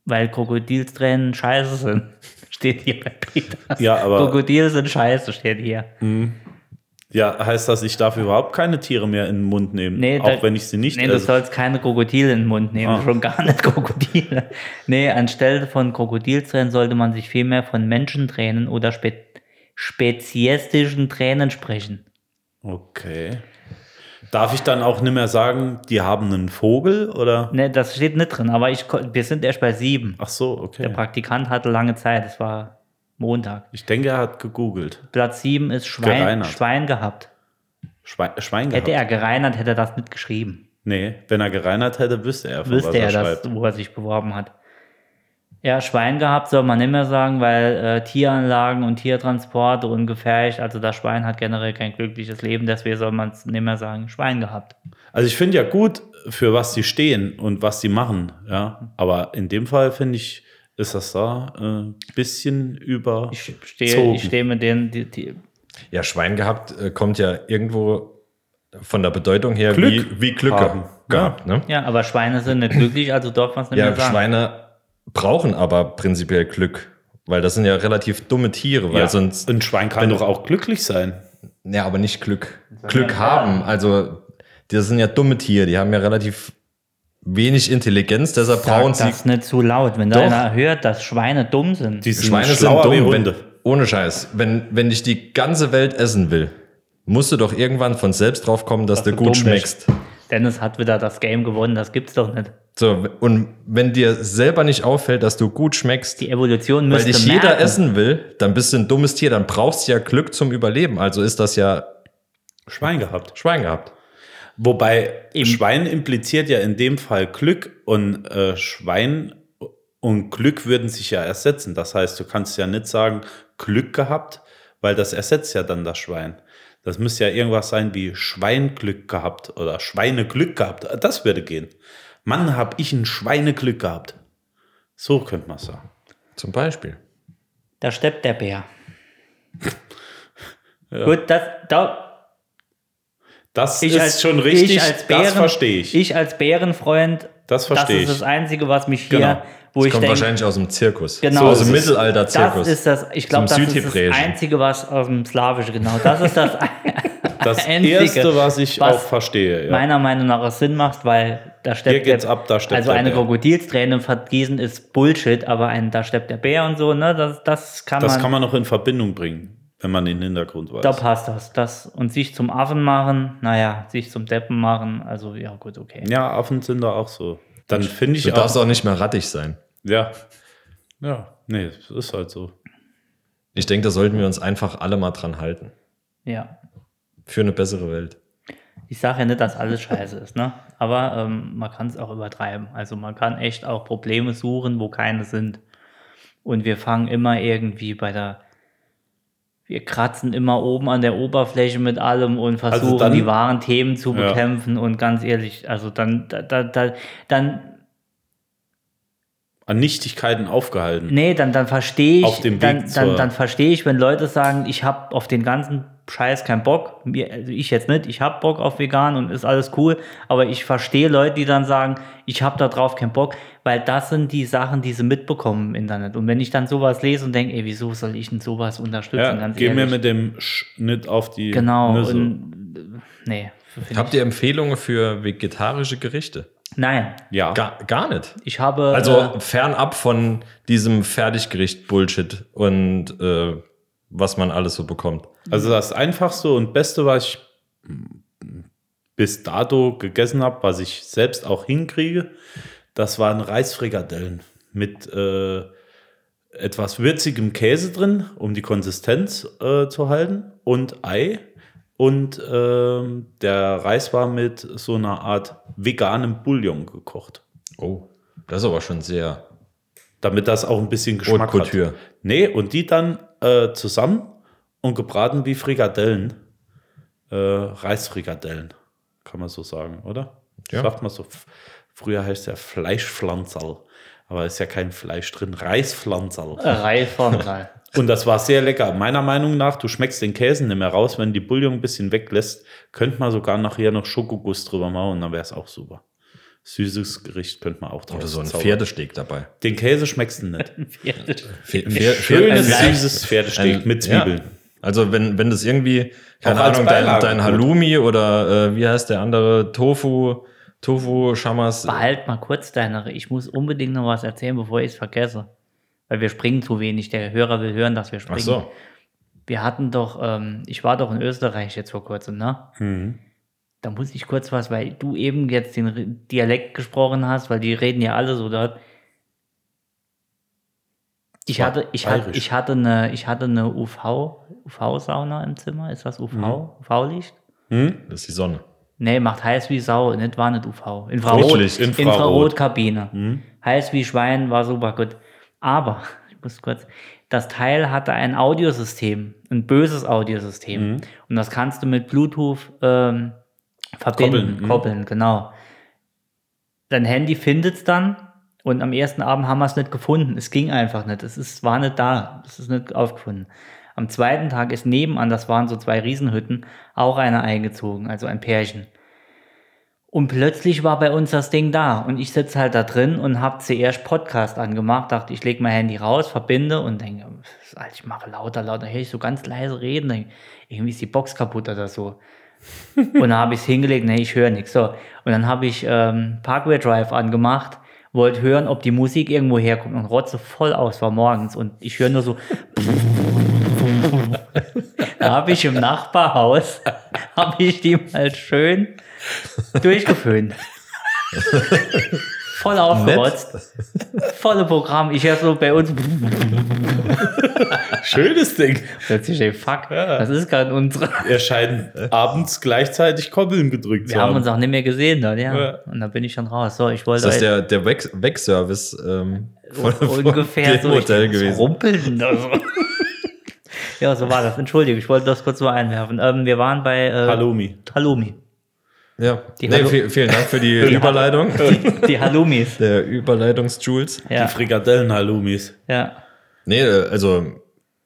Weil Krokodilstränen scheiße sind. Steht hier bei Peter. Ja, aber Krokodile sind scheiße, steht hier. ja, heißt das, ich darf überhaupt keine Tiere mehr in den Mund nehmen, Nee, auch da- wenn ich sie nicht Nee, du esse. sollst keine Krokodile in den Mund nehmen, Ah. schon gar nicht Krokodile. Nee, anstelle von Krokodilstränen sollte man sich vielmehr von Menschentränen oder spe speziestischen Tränen sprechen. Okay. Darf ich dann auch nicht mehr sagen, die haben einen Vogel oder? Nee, das steht nicht drin, aber ich, ko- wir sind erst bei sieben. Ach so, Der okay. Praktikant hatte lange Zeit, es war Montag. Ich denke, er hat gegoogelt. Platz sieben ist Schwein, Gereinert. Schwein gehabt. Schwein, Schwein gehabt. Hätte er gereinert, hätte er das nicht geschrieben. Nee, wenn er gereinert hätte, wüsste er, von was Wüsste er, er, schreibt. das, wo er sich beworben hat. Ja, Schwein gehabt soll man nicht mehr sagen, weil äh, Tieranlagen und Tiertransporte und gefährlich, also das Schwein hat generell kein glückliches Leben, deswegen soll man es nicht mehr sagen, Schwein gehabt. Also ich finde ja gut, für was sie stehen und was sie machen, ja. Aber in dem Fall finde ich, ist das da äh, ein bisschen über. Ich stehe, ich stehe mit denen, die, die, Ja, Schwein gehabt äh, kommt ja irgendwo von der Bedeutung her Glück wie, wie Glück haben. gehabt. Ne? ja, aber Schweine sind nicht glücklich, also darf man es nicht Ja, mehr sagen. Schweine brauchen aber prinzipiell Glück, weil das sind ja relativ dumme Tiere, weil ja, sonst. ein Schwein kann doch auch glücklich sein. Ja, aber nicht Glück. Glück ja- haben. Also, das sind ja dumme Tiere, die haben ja relativ wenig Intelligenz, deshalb Sag brauchen sie. das nicht zu laut. Wenn da Doch. einer hört, dass Schweine dumm sind, Die sind Schweine sind schlauer wie dumm, wenn, Hunde. ohne Scheiß. Wenn, wenn ich die ganze Welt essen will, musst du doch irgendwann von selbst drauf kommen, dass, du du gut dumm schmeckst. bist. Dennis hat wieder das Game gewonnen, das gibt's doch nicht. So, und wenn dir selber nicht auffällt, dass du gut schmeckst, Die Evolution weil müsste dich jeder merken. essen will, dann bist du ein dummes Tier, dann brauchst du ja Glück zum Überleben. Also ist das ja Schwein gehabt. Schwein gehabt. Wobei Eben. Schwein impliziert ja in dem Fall Glück und äh, Schwein und Glück würden sich ja ersetzen. Das heißt, du kannst ja nicht sagen Glück gehabt, weil das ersetzt ja dann das Schwein. Das müsste ja irgendwas sein wie Schweinglück gehabt oder Schweineglück gehabt. Das würde gehen. Mann, hab ich ein Schweineglück gehabt. So könnte man sagen. Zum Beispiel. Da steppt der Bär. Gut, das, da, Das ich ist als, schon richtig. ich als Bären, das verstehe ich. Ich als Bärenfreund, Das verstehe Das ist ich. das Einzige, was mich hier, Genau. wo ich Kommt denke, wahrscheinlich aus dem Zirkus. Genau. So aus dem Das ist- Mittelalter-Zirkus. das ist das, ich glaube, das Zum ist das Südhebräischen. Einzige, was aus dem Slawischen, genau, das ist das Das Einzige, Erste, was ich was auch verstehe. Ja. meiner Meinung nach auch Sinn macht, weil da steppt Hier geht's ab, da steppt Also der eine Bär. Krokodilsträne vergießen ist Bullshit, aber ein da steppt der Bär und so, ne, das, das kann Das man. kann man noch in Verbindung bringen, wenn man den Hintergrund weiß. Da passt das. das. Und sich zum Affen machen, naja, sich zum Deppen machen, also ja, gut, okay. Ja, Affen sind da auch so. Dann finde du ich darfst auch. auch nicht mehr rattig sein. Ja. Ja, nee, es ist halt so. Ich denke, da sollten wir uns einfach alle mal dran halten. Ja. Für eine bessere Welt. Ich sage ja nicht, dass alles scheiße ist, ne? Aber ähm, man kann es auch übertreiben. Also man kann echt auch Probleme suchen, wo keine sind. Und wir fangen immer irgendwie bei der. Wir kratzen immer oben an der Oberfläche mit allem und versuchen, Also dann- die wahren Themen zu Ja. bekämpfen. Und ganz ehrlich, also dann, da, da, da, dann An Nichtigkeiten aufgehalten. Nee, dann, dann verstehe ich, Auf dem Weg dann, dann, zur- dann verstehe ich, wenn Leute sagen, ich habe auf den ganzen Scheiß keinen Bock. Mir, also ich jetzt nicht, ich habe Bock auf vegan und ist alles cool, aber ich verstehe Leute, die dann sagen, ich habe da drauf keinen Bock, weil das sind die Sachen, die sie mitbekommen im Internet. Und wenn ich dann sowas lese und denke, ey, wieso soll ich denn sowas unterstützen? ja, ganz geh mir ehrlich. mit dem Schnitt auf die Genau. Nüsse. Und, nee. find Habt ihr Empfehlungen für vegetarische Gerichte? ich- Nein. ja. Gar, gar nicht. Ich habe. Also fernab von diesem Fertiggericht-Bullshit und äh, was man alles so bekommt. Also das einfachste und beste, was ich bis dato gegessen habe, was ich selbst auch hinkriege, das waren Reisfrikadellen mit äh, etwas würzigem Käse drin, um die Konsistenz äh, zu halten und Ei. Und ähm, der Reis war mit so einer Art veganem Bouillon gekocht. Oh, das ist aber schon sehr Damit das auch ein bisschen Geschmack Haute hat. Couture. Nee, und die dann äh, zusammen und gebraten wie Frikadellen. äh, Reisfrikadellen, kann man so sagen, oder? Ja. Sagt man so. F- Früher heißt es ja Fleischpflanzerl, aber ist ja kein Fleisch drin, Reispflanzerl. äh, Ah. Reihe von drei. Und das war sehr lecker. Meiner Meinung nach, du schmeckst den Käse nicht mehr raus, wenn die Bouillon ein bisschen weglässt, könnte man sogar nachher noch Schokoguss drüber machen und dann wäre es auch super. Süßes Gericht könnte man auch drauf Oder so ein zaubern. Pferdesteg dabei. Den Käse schmeckst du nicht. Pferde- Schönes, Pferde- süßes Pferdesteg Ein- mit Zwiebeln. Ähm, Ja. Also wenn, wenn das irgendwie, keine Auch als Ahnung, dein, Beilage dein gut. Halloumi oder äh, wie heißt der andere, Tofu, Tofu, Schamas. Behalt mal kurz deine. Ich muss unbedingt noch was erzählen, bevor ich es vergesse. Weil wir springen zu wenig. Der Hörer will hören, dass wir springen. Ach so, Wir hatten doch, ähm, ich war doch in Österreich jetzt vor kurzem, ne? Hm. Da muss ich kurz was, weil du eben jetzt den Re- Dialekt gesprochen hast, weil die reden ja alle so dort. Ich Ba- hatte, ich hatte, bayerisch. ich hatte eine, ich hatte ne eine UV, UV-Sauna im Zimmer. Ist das UV? UV-Licht? Hm? das ist die Sonne. Nee, macht heiß wie Sau. Nicht war nicht UV. Infrarot. Rotlicht, Infrarot. Infrarotkabine. Hm? Heiß wie Schwein war super gut. Aber, ich muss kurz, das Teil hatte ein Audiosystem, ein böses Mhm. Audiosystem. Und das kannst du mit Bluetooth ähm, verbinden, Koppeln, mhm. koppeln, genau. Dein Handy findet es dann und am ersten Abend haben wir es nicht gefunden. Es ging einfach nicht. Es ist, war nicht da. Es ist nicht aufgefunden. Am zweiten Tag ist nebenan, das waren so zwei Riesenhütten, auch einer eingezogen, also ein Pärchen. Und plötzlich war bei uns das Ding da und ich sitze halt da drin und hab zuerst Podcast angemacht, dachte, ich leg mein Handy raus, verbinde und denke, pff, Alter, ich mache lauter, lauter, höre ich so ganz leise reden, denk, irgendwie ist die Box kaputt oder so. und dann habe ich es hingelegt, nee, ich höre nichts. So. Und dann habe ich ähm, Parkway Drive angemacht, wollte hören, ob die Musik irgendwo herkommt und rotze voll aus, war morgens und ich höre nur so da habe ich im Nachbarhaus, habe ich die mal schön durchgeföhnt. Voll aufgerotzt. Volle Programm. Ich höre so bei uns Schönes Ding. plötzlich, ey, fuck, das ist gerade unsere. Wir scheinen abends gleichzeitig Koppeln gedrückt Wir zu haben haben. uns auch nicht mehr gesehen dort, ja. Ja. Und da bin ich schon raus. So, ich wollte Das ist euch der, der Weg- Wegservice ähm, von, von ungefähr dem so Hotel ich- was gewesen. rumpelt denn da so? ja, so war das. Entschuldige, ich wollte das kurz mal einwerfen. Ähm, wir waren bei äh, Halloumi. Halloumi. Ja. Die Nee, Hallo- viel, vielen Dank für die Überleitung. Die Halloumis. der Überleitungs-Jules. Ja, Die Frikadellen-Halloumis. ja. Nee, äh, also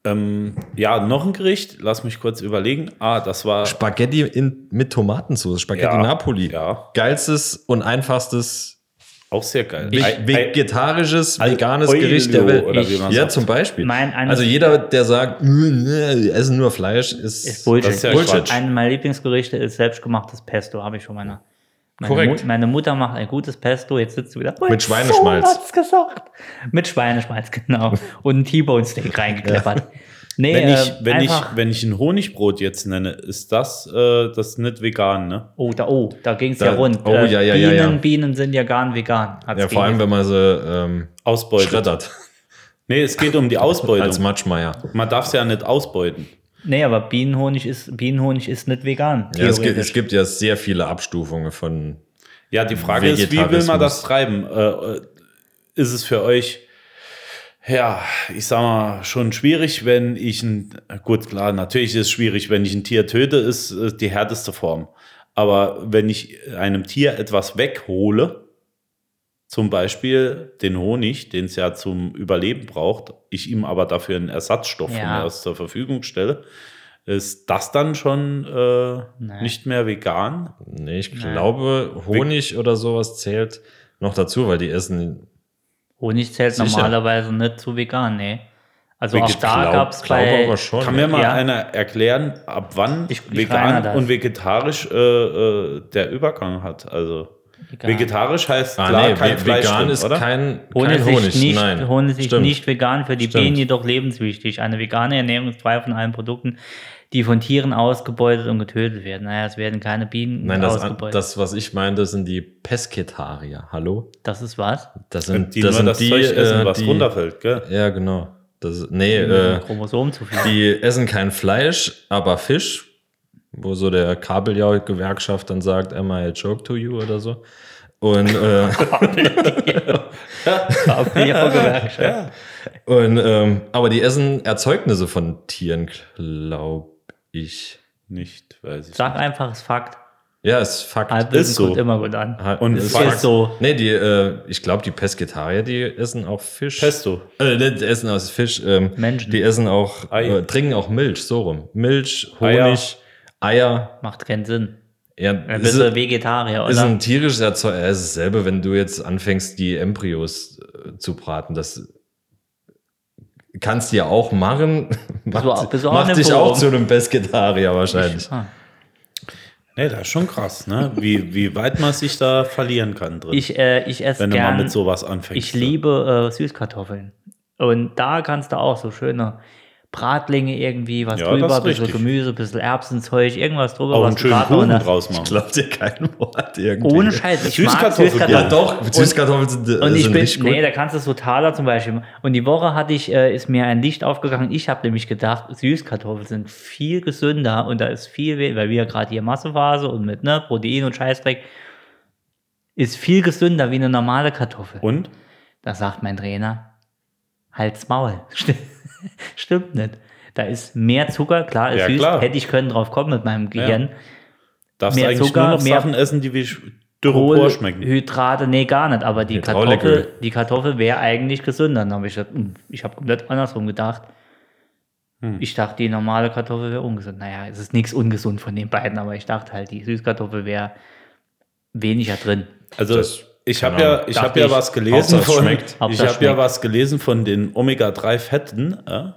Ähm, ja, noch ein Gericht. Lass mich kurz überlegen. Ah, das war Spaghetti in, mit Tomatensauce, Spaghetti Ja. Napoli. Ja. Geilstes und einfachstes auch sehr geil. Ve- Ei- Ei- vegetarisches, Al- veganes Olio Gericht der Welt. oder wie man ja, sagt. zum Beispiel. Mein- eines- also jeder, der sagt, "Mh, ne, wir essen nur Fleisch, ist, Ist Bullshit. Das ist ja Bullshit. Bullshit. Eine meiner Lieblingsgerichte ist selbstgemachtes Pesto, habe ich von meiner. Meine, Korrekt. Mu meine Mutter macht ein gutes Pesto, jetzt sitzt du wieder. Mit Schweineschmalz. So hat's gesagt. Mit Schweineschmalz, genau. Und ein T-Bone-Steak reingekleppert. Nee, Wenn ich, äh, wenn, ich, einfach, wenn ich ein Honigbrot jetzt nenne, ist das, äh, das ist nicht vegan, ne? oh, da, oh, da ging es Da- ja rund. oh, Äh, ja, ja, ja, Bienen, ja. Bienen sind ja gar nicht vegan. hat's ja, vor allem, gelesen. wenn man sie ähm, Ausbeutet. schreddert. Nee, es geht um die Als Ausbeutung. Matschmeier. Man darf es ja nicht ausbeuten. Nee, aber Bienenhonig ist, Bienenhonig ist nicht vegan. Ja, es, gibt, theoretisch. es gibt ja sehr viele Abstufungen von. Ja, die Frage ist, wie will man Vegetarismus. das treiben? Äh, äh, ist es für euch, ja, ich sag mal, schon schwierig, wenn ich ein, gut, klar, natürlich ist es schwierig, wenn ich ein Tier töte, ist äh, die härteste Form. Aber wenn ich einem Tier etwas weghole, zum Beispiel den Honig, den es ja zum Überleben braucht, ich ihm aber dafür einen Ersatzstoff von Ja. mir aus zur Verfügung stelle, ist das dann schon äh, Nee. nicht mehr vegan? Nee, ich glaube, Honig oder sowas zählt noch dazu, weil die essen. Honig zählt Sicher. normalerweise nicht zu vegan, nee. Also auch Veget- da glaub- gab es glaube bei, aber schon. Kann mir mal Ja. einer erklären, ab wann Ich- ich reiner vegan das. und vegetarisch äh, äh, der Übergang hat? Also Vegan. vegetarisch heißt Genau. ah, klar nee, kein ve- Fleisch vegan drin, ist oder? kein, Honig kein ist Honig. nicht, Nein. Honig ist Stimmt. nicht vegan, für die Stimmt. Bienen jedoch lebenswichtig. Eine vegane Ernährung ist frei von allen Produkten, die von Tieren ausgebeutet und getötet werden. Naja, es werden keine Bienen Nein, das, ausgebeutet. Das, das, was ich meinte, sind die Pesketarier. Hallo? ist was? Das sind Und die, die das nur sind das die, Zeug essen, äh, was die runterfällt, gell? Ja, genau. Das, ist- nee, Äh, äh, Chromosom zu viel. die essen kein Fleisch, aber Fisch, wo so der Kabeljau-Gewerkschaft dann sagt, am I a joke to you oder so. Und, äh, Gewerkschaft. und ähm, aber die essen Erzeugnisse von Tieren, glaube ich. Nicht, weiß ich Sag einfach, es ist Fakt. Ja, ist Fakt. Halbwissen Ist so. kommt immer gut an. Ha- Und es Fakt. ist so. Nee, die, äh, ich glaube, die Pesketarier, die essen auch Fisch. Pesto. Äh, nicht essen aus Fisch. Ähm, Menschen. Die essen auch, Ei. äh, trinken auch Milch, so rum. Milch, Eier. Honig, Eier. Macht keinen Sinn. Ja, Dann ist, bist du Vegetarier, oder? ist ein tierisches Erzeug. Ja, Es ist dasselbe, wenn du jetzt anfängst, die Embryos äh, zu braten. Das kannst du ja auch machen. du auch- macht bist du auch macht in dem dich auch Forum? zu einem Pesketarier wahrscheinlich. ah. Nee, das ist schon krass, ne? Wie, wie weit man sich da verlieren kann drin. Ich, äh, ich esse wenn du gern, mal mit sowas anfängst. ich liebe äh, Süßkartoffeln. Und da kannst du auch so schöne Bratlinge irgendwie, was Ja, das drüber, ist bisschen richtig. Gemüse, bisschen Erbsenzeug, irgendwas drüber, Auch was einen du schönen braten und Kuchen dann- draus machen. Ich glaube dir kein Wort irgendwie. Ohne Scheiß, ich mag Süßkartoffeln, Süßkartoffeln. Ja, doch, Süßkartoffeln sind, äh, Und ich sind bin, nicht gut. nee, da kannst du so Taler zum Beispiel. machen. Und die Woche hatte ich, äh, ist mir ein Licht aufgegangen. Ich habe nämlich gedacht, Süßkartoffeln sind viel gesünder und da ist viel, we- weil wir ja gerade hier Massephase und mit ne, Protein und Scheißdreck, ist viel gesünder wie eine normale Kartoffel. Und? Da sagt mein Trainer, halt's Maul. St- Stimmt nicht. Da ist mehr Zucker, klar, ist Ja, süß. klar. Hätte ich können drauf kommen mit meinem Gehirn. Darfst Mehr du eigentlich Zucker, nur noch mehr Sachen essen, die wie Sch- dürre Pur schmecken? Kohlenhydrate, nee, gar nicht. Aber die Hydrauliköl. Kartoffel, die Kartoffel wäre eigentlich gesünder. Dann habe ich gesagt, hm, ich habe komplett andersrum gedacht. Hm. Ich dachte, die normale Kartoffel wäre ungesund. Naja, es ist nichts ungesund von den beiden, aber ich dachte halt, die Süßkartoffel wäre weniger drin. Also Das- ich keine habe ja, Ahnung. ich Darf hab ja ich- was gelesen Hauptsache es von, schmeckt. ich Hauptsache habe ja schmeckt. was gelesen von den Omega-3-Fetten. Äh?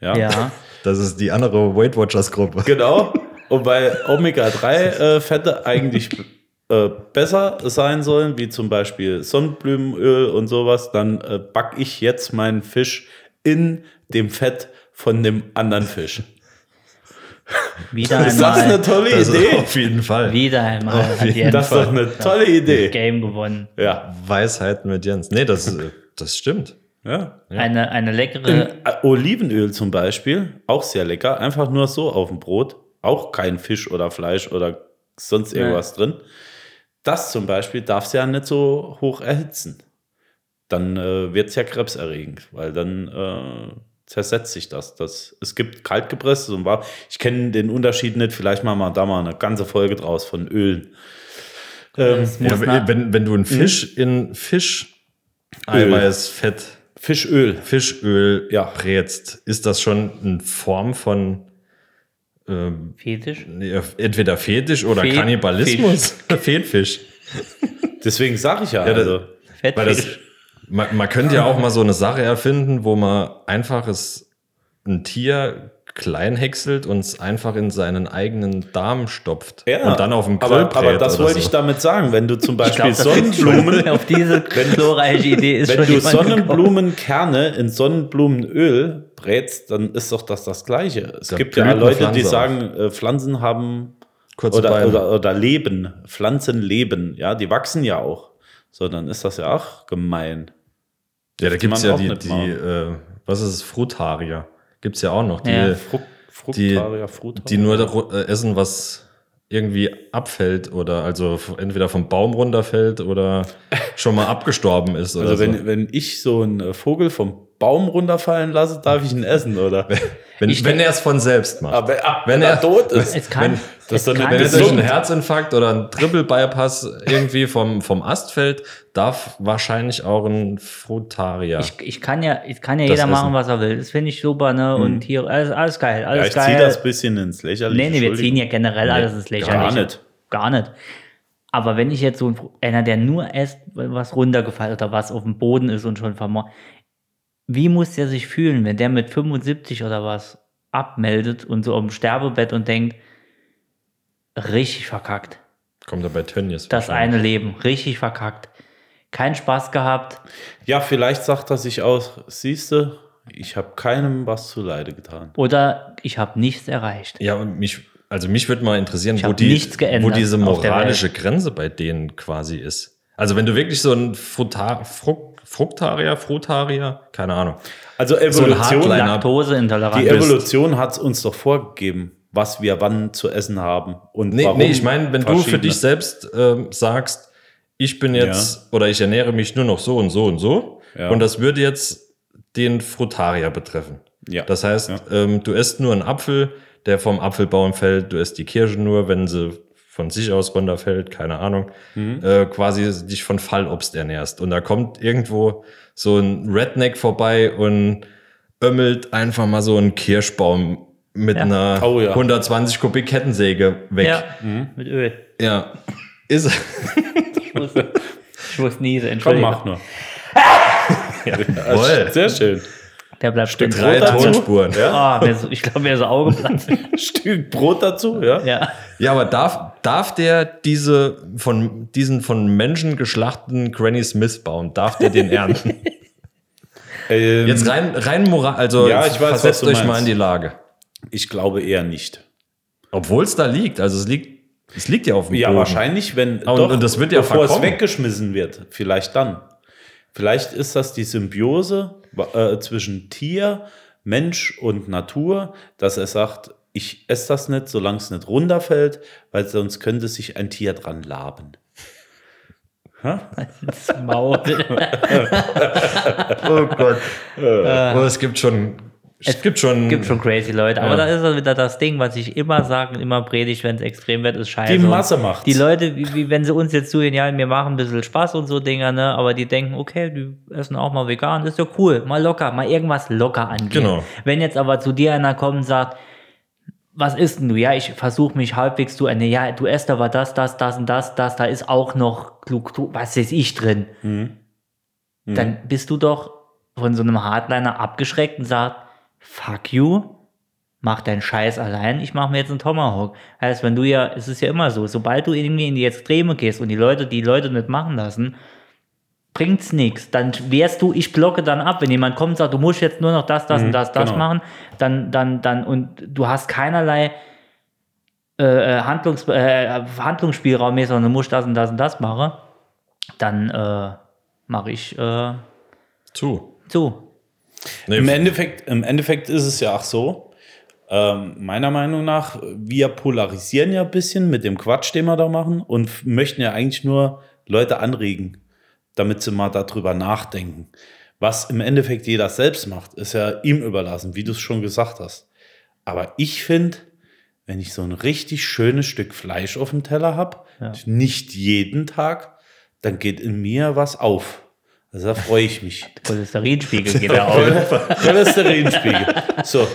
Ja. Ja. Das ist die andere Weight Watchers Gruppe. Genau. Und weil Omega-3-Fette eigentlich äh, besser sein sollen, wie zum Beispiel Sonnenblumenöl und sowas, dann äh, back ich jetzt meinen Fisch in dem Fett von dem anderen Fisch. Wieder Ist das eine einmal. tolle Das ist Idee? Also auf jeden Fall. Wieder einmal. hat jeden Jens Das ist doch eine tolle Idee. Game gewonnen. Ja. Weisheiten mit Jens. Nee, das, äh, das stimmt. ja. Eine, eine leckere. Äh, Olivenöl zum Beispiel, auch sehr lecker. Einfach nur so auf dem Brot. Auch kein Fisch oder Fleisch oder sonst irgendwas drin. Das zum Beispiel darf es ja nicht so hoch erhitzen. Dann äh, wird es ja krebserregend, weil dann äh, zersetzt sich das. das. Es gibt kaltgepresstes und warm. Ich kenne den Unterschied nicht. Vielleicht machen wir da mal eine ganze Folge draus von Ölen. Ähm, es Ja, muss nach- wenn, wenn du Mhm. einen Fisch in Fisch, Eiweißfett, Fischöl. Fischöl Ja. brätst, ist das schon eine Form von ähm, Fetisch? nee, entweder Fetisch oder Fe- Kannibalismus? Fehlfisch. Deswegen sage ich ja. Ja, das- also, Weil das, Fettfetisch. man, man könnte ja auch mal so eine Sache erfinden, wo man einfaches ein Tier klein häckselt und es einfach in seinen eigenen Darm stopft und dann auf dem Grill aber, aber brät das oder wollte so. ich damit sagen. Wenn du zum Ich glaub, Beispiel das ist schon- Sonnenblumen Auf diese glorreiche Idee ist Wenn schon du jemand gekommen. Sonnenblumenkerne in Sonnenblumenöl brätst, dann ist doch das das Gleiche. Es Da gibt blüht ja eine Leute, Pflanze die auf. sagen, äh, Pflanzen haben Kurze oder, Beine. oder, oder leben, Pflanzen leben. Ja, die wachsen ja auch. So, dann ist das ja auch gemein. ja, da gibt es man ja auch die, nicht die äh, machen. was ist es, Frutarier. Gibt es ja auch noch, die, Ja. Frucht, die, Fructarier, Frutarier. die nur daru- äh, essen, was irgendwie abfällt oder also f- entweder vom Baum runterfällt oder schon mal abgestorben ist. Oder also so. wenn, wenn ich so einen äh, Vogel vom Baum runterfallen lasse, darf ich ihn essen, oder? wenn, ich- wenn er es von selbst macht. Aber ab, Wenn wenn er er- tot ist. Es kann, das es ist doch eine kann Wenn jetzt durch Gesund. ein Herzinfarkt oder ein Triple-Bypass irgendwie vom, vom Ast fällt, darf wahrscheinlich auch ein Frutarier. ich, ich kann ja, ich kann ja Das jeder machen, Essen. was er will. Das finde ich super, ne? Und hier, alles, alles geil, Ja, alles ich geil. ziehe das bisschen ins Lächerliche. nee, nee, wir ziehen Entschuldigung. ja generell alles ins Lächerliche. Gar nicht. Gar nicht. Aber wenn ich jetzt so ein, Fr- einer, der nur esst, was runtergefallen oder was auf dem Boden ist und schon vermordet, wie muss der sich fühlen, wenn der mit 75 oder was abmeldet und so am Sterbebett und denkt, richtig verkackt. Kommt er bei Tönnies. Das wahrscheinlich. eine Leben, richtig verkackt. Kein Spaß gehabt. Ja, vielleicht sagt er sich auch, siehste, ich habe keinem was zu Leide getan. Oder ich habe nichts erreicht. Ja, und mich, also mich würde mal interessieren, Ich wo, hab die, nichts geändert wo diese auf der moralische Grenze bei denen quasi ist. Also wenn du wirklich so ein Fruta, Fruc- Fructarier, Frutarier, keine Ahnung. Also So ein Evolution, Hardliner. die Laktoseintolerant. Evolution hat es uns doch vorgegeben, was wir wann zu essen haben und Nee, warum. nee ich meine, wenn du für verschiedene. dich selbst ähm, sagst, ich bin jetzt oder ich ernähre mich nur noch so und so und so Ja. und das würde jetzt den Frutarier betreffen. Ja. Das heißt, Ja. ähm, du isst nur einen Apfel, der vom Apfelbaum fällt, du isst die Kirsche nur, wenn sie von sich aus runterfällt, keine Ahnung, Mhm. äh, quasi dich von Fallobst ernährst. Und da kommt irgendwo so ein Redneck vorbei und ömmelt einfach mal so einen Kirschbaum mit Ja. einer Oh ja. 120 Kubik Kettensäge weg. Ja, Mhm. mit Öl. ja. Ist, Ich muss, ich muss niesen, Komm, entschuldige. mach nur. Voll. Sehr schön. Der bleibt Stück drin. drei Brot dazu? Tonspuren. Ja. Ah, mir so, ich glaube, mir ist das Auge platt. Stück Brot dazu, ja? ja. aber darf, darf der diese von, diesen von Menschen geschlachteten Granny Smith Baum, darf der den ernten? Ähm, Jetzt rein, rein moral, also Ja, ich weiß, was versetzt du euch mal meinst. in die Lage. Ich glaube eher nicht. Obwohl es da liegt, also es liegt, es liegt ja auf dem Ja, Boden. wahrscheinlich, wenn Ah, und- und das wird ja bevor es verkommen. weggeschmissen wird, vielleicht dann. Vielleicht ist das die Symbiose äh, zwischen Tier, Mensch und Natur, dass er sagt, ich esse das nicht, solange es nicht runterfällt, weil sonst könnte sich ein Tier dran laben. Das Maul. Oh Gott. Aber Äh. Oh, es gibt schon, es, gibt schon, gibt schon crazy Leute. Aber Ja. da ist ja wieder das Ding, was ich immer sage und immer predige, wenn es extrem wird, ist scheiße. Die Also, Masse macht's. Die Leute, wie, wie wenn sie uns jetzt zuhören, ja, wir machen ein bisschen Spaß und so Dinger, ne? Aber die denken, okay, die essen auch mal vegan, ist ja cool, mal locker, mal irgendwas locker angehen. Genau. Wenn jetzt aber zu dir einer kommt und sagt, was isst denn du? Ja, ich versuche mich halbwegs zu ernähren. Ja, du esst aber das, das, das und das, das, da ist auch noch klug, was ist ich drin? Dann bist du doch von so einem Hardliner abgeschreckt und sagst, fuck you, mach deinen Scheiß allein, ich mache mir jetzt einen Tomahawk. Heißt, wenn du ja, es ist ja immer so, sobald du irgendwie in die Extreme gehst und die Leute, die Leute nicht machen lassen, bringt's nichts. Dann wärst du, ich blocke dann ab. Wenn jemand kommt und sagt, du musst jetzt nur noch das, das und das, das genau. machen, dann, dann, dann, und du hast keinerlei äh, äh, Handlungs, äh, Handlungsspielraum mehr, sondern du musst das und das und das machen, dann äh, mache ich äh, zu. zu. Nee, Im Endeffekt, Im Endeffekt ist es ja auch so, ähm, meiner Meinung nach, wir polarisieren ja ein bisschen mit dem Quatsch, den wir da machen und f- möchten ja eigentlich nur Leute anregen, damit sie mal darüber nachdenken. Was im Endeffekt jeder selbst macht, ist ja ihm überlassen, wie du es schon gesagt hast. Aber ich finde, wenn ich so ein richtig schönes Stück Fleisch auf dem Teller habe, nicht jeden Tag, dann geht in mir was auf. Also da freue ich mich. Cholesterinspiegel geht ja auch. Cholesterinspiegel. So.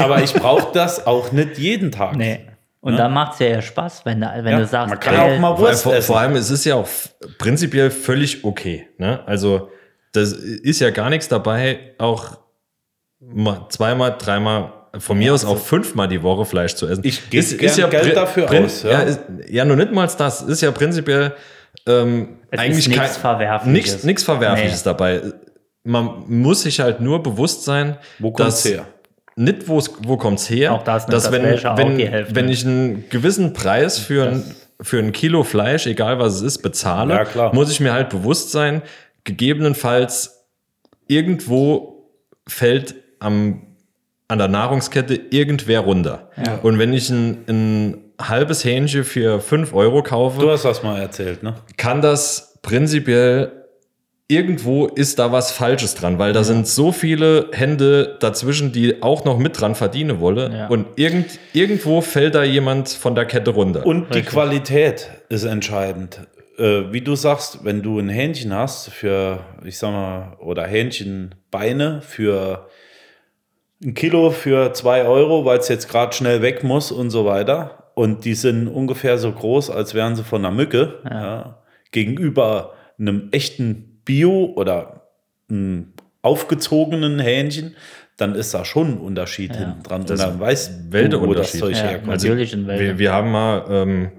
Aber ich brauche das auch nicht jeden Tag. Nee. Und Ne? da macht's ja eher Spaß, wenn, da- wenn Ja, du sagst, man kann auch mal vor, Wurst vor, essen. vor allem, es ist ja auch f- prinzipiell völlig okay. Ne? Also, das ist ja gar nichts dabei, auch mal zweimal, dreimal, von mir aus auch fünfmal die Woche Fleisch zu essen. also Ich geb gern Geld prin- dafür prin- aus, ja. Ja, ist, ja, nur nicht mal das. Ist ja prinzipiell ähm, Es eigentlich ist nichts kein- Verwerfliches. Nichts, nichts Verwerfliches dabei. Man muss sich halt nur bewusst sein, Wo kommt's dass- her? Nicht, wo's, wo kommt es her? Auch das nicht, dass das wenn, wäre ja auch wenn, die Hälfte. wenn ich einen gewissen Preis für ein, für ein Kilo Fleisch, egal was es ist, bezahle, Ja, klar. muss ich mir halt bewusst sein, gegebenenfalls irgendwo fällt am, an der Nahrungskette irgendwer runter. Und wenn ich ein, ein halbes Hähnchen für 5 Euro kaufe, Du hast das mal erzählt, ne? kann das prinzipiell irgendwo ist da was Falsches dran, weil da sind so viele Hände dazwischen, die auch noch mit dran verdienen wollen. Ja. Und irgend, irgendwo fällt da jemand von der Kette runter. Und die Qualität ist entscheidend. Äh, wie du sagst, wenn du ein Hähnchen hast für, ich sag mal, oder Hähnchenbeine für ein Kilo für zwei Euro, weil es jetzt gerade schnell weg muss und so weiter. Und die sind ungefähr so groß, als wären sie von einer Mücke. Ja. gegenüber einem echten Bio oder einem aufgezogenen Hähnchen, dann ist da schon ein Unterschied hinten dran. Das und dann weißt du, wo das Welteunterschied. Zeug Ja, herkommt. natürlich in Welt. Also wir, wir haben mal ähm,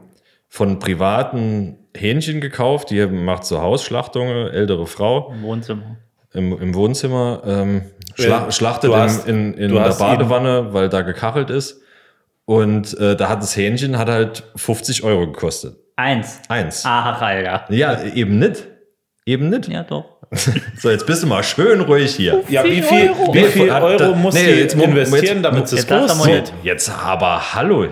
von privaten Hähnchen gekauft, die macht so Hausschlachtungen, ältere Frau Im Wohnzimmer. im, im Wohnzimmer, ähm, schla Ja, schlachtet du hast- in, in, in du der hast ihn- Badewanne, weil da gekachelt ist. Und äh, da hat das Hähnchen hat halt 50 Euro gekostet. Eins. Eins. Ach, Alter. Ja, eben nicht. Eben nicht. Ja, doch. So, jetzt bist du mal schön ruhig hier. Ja, wie viel, wie viel Euro muss Nee, die jetzt mu- investieren, jetzt- damit es jetzt darf groß er mal wird? Jetzt aber hallo.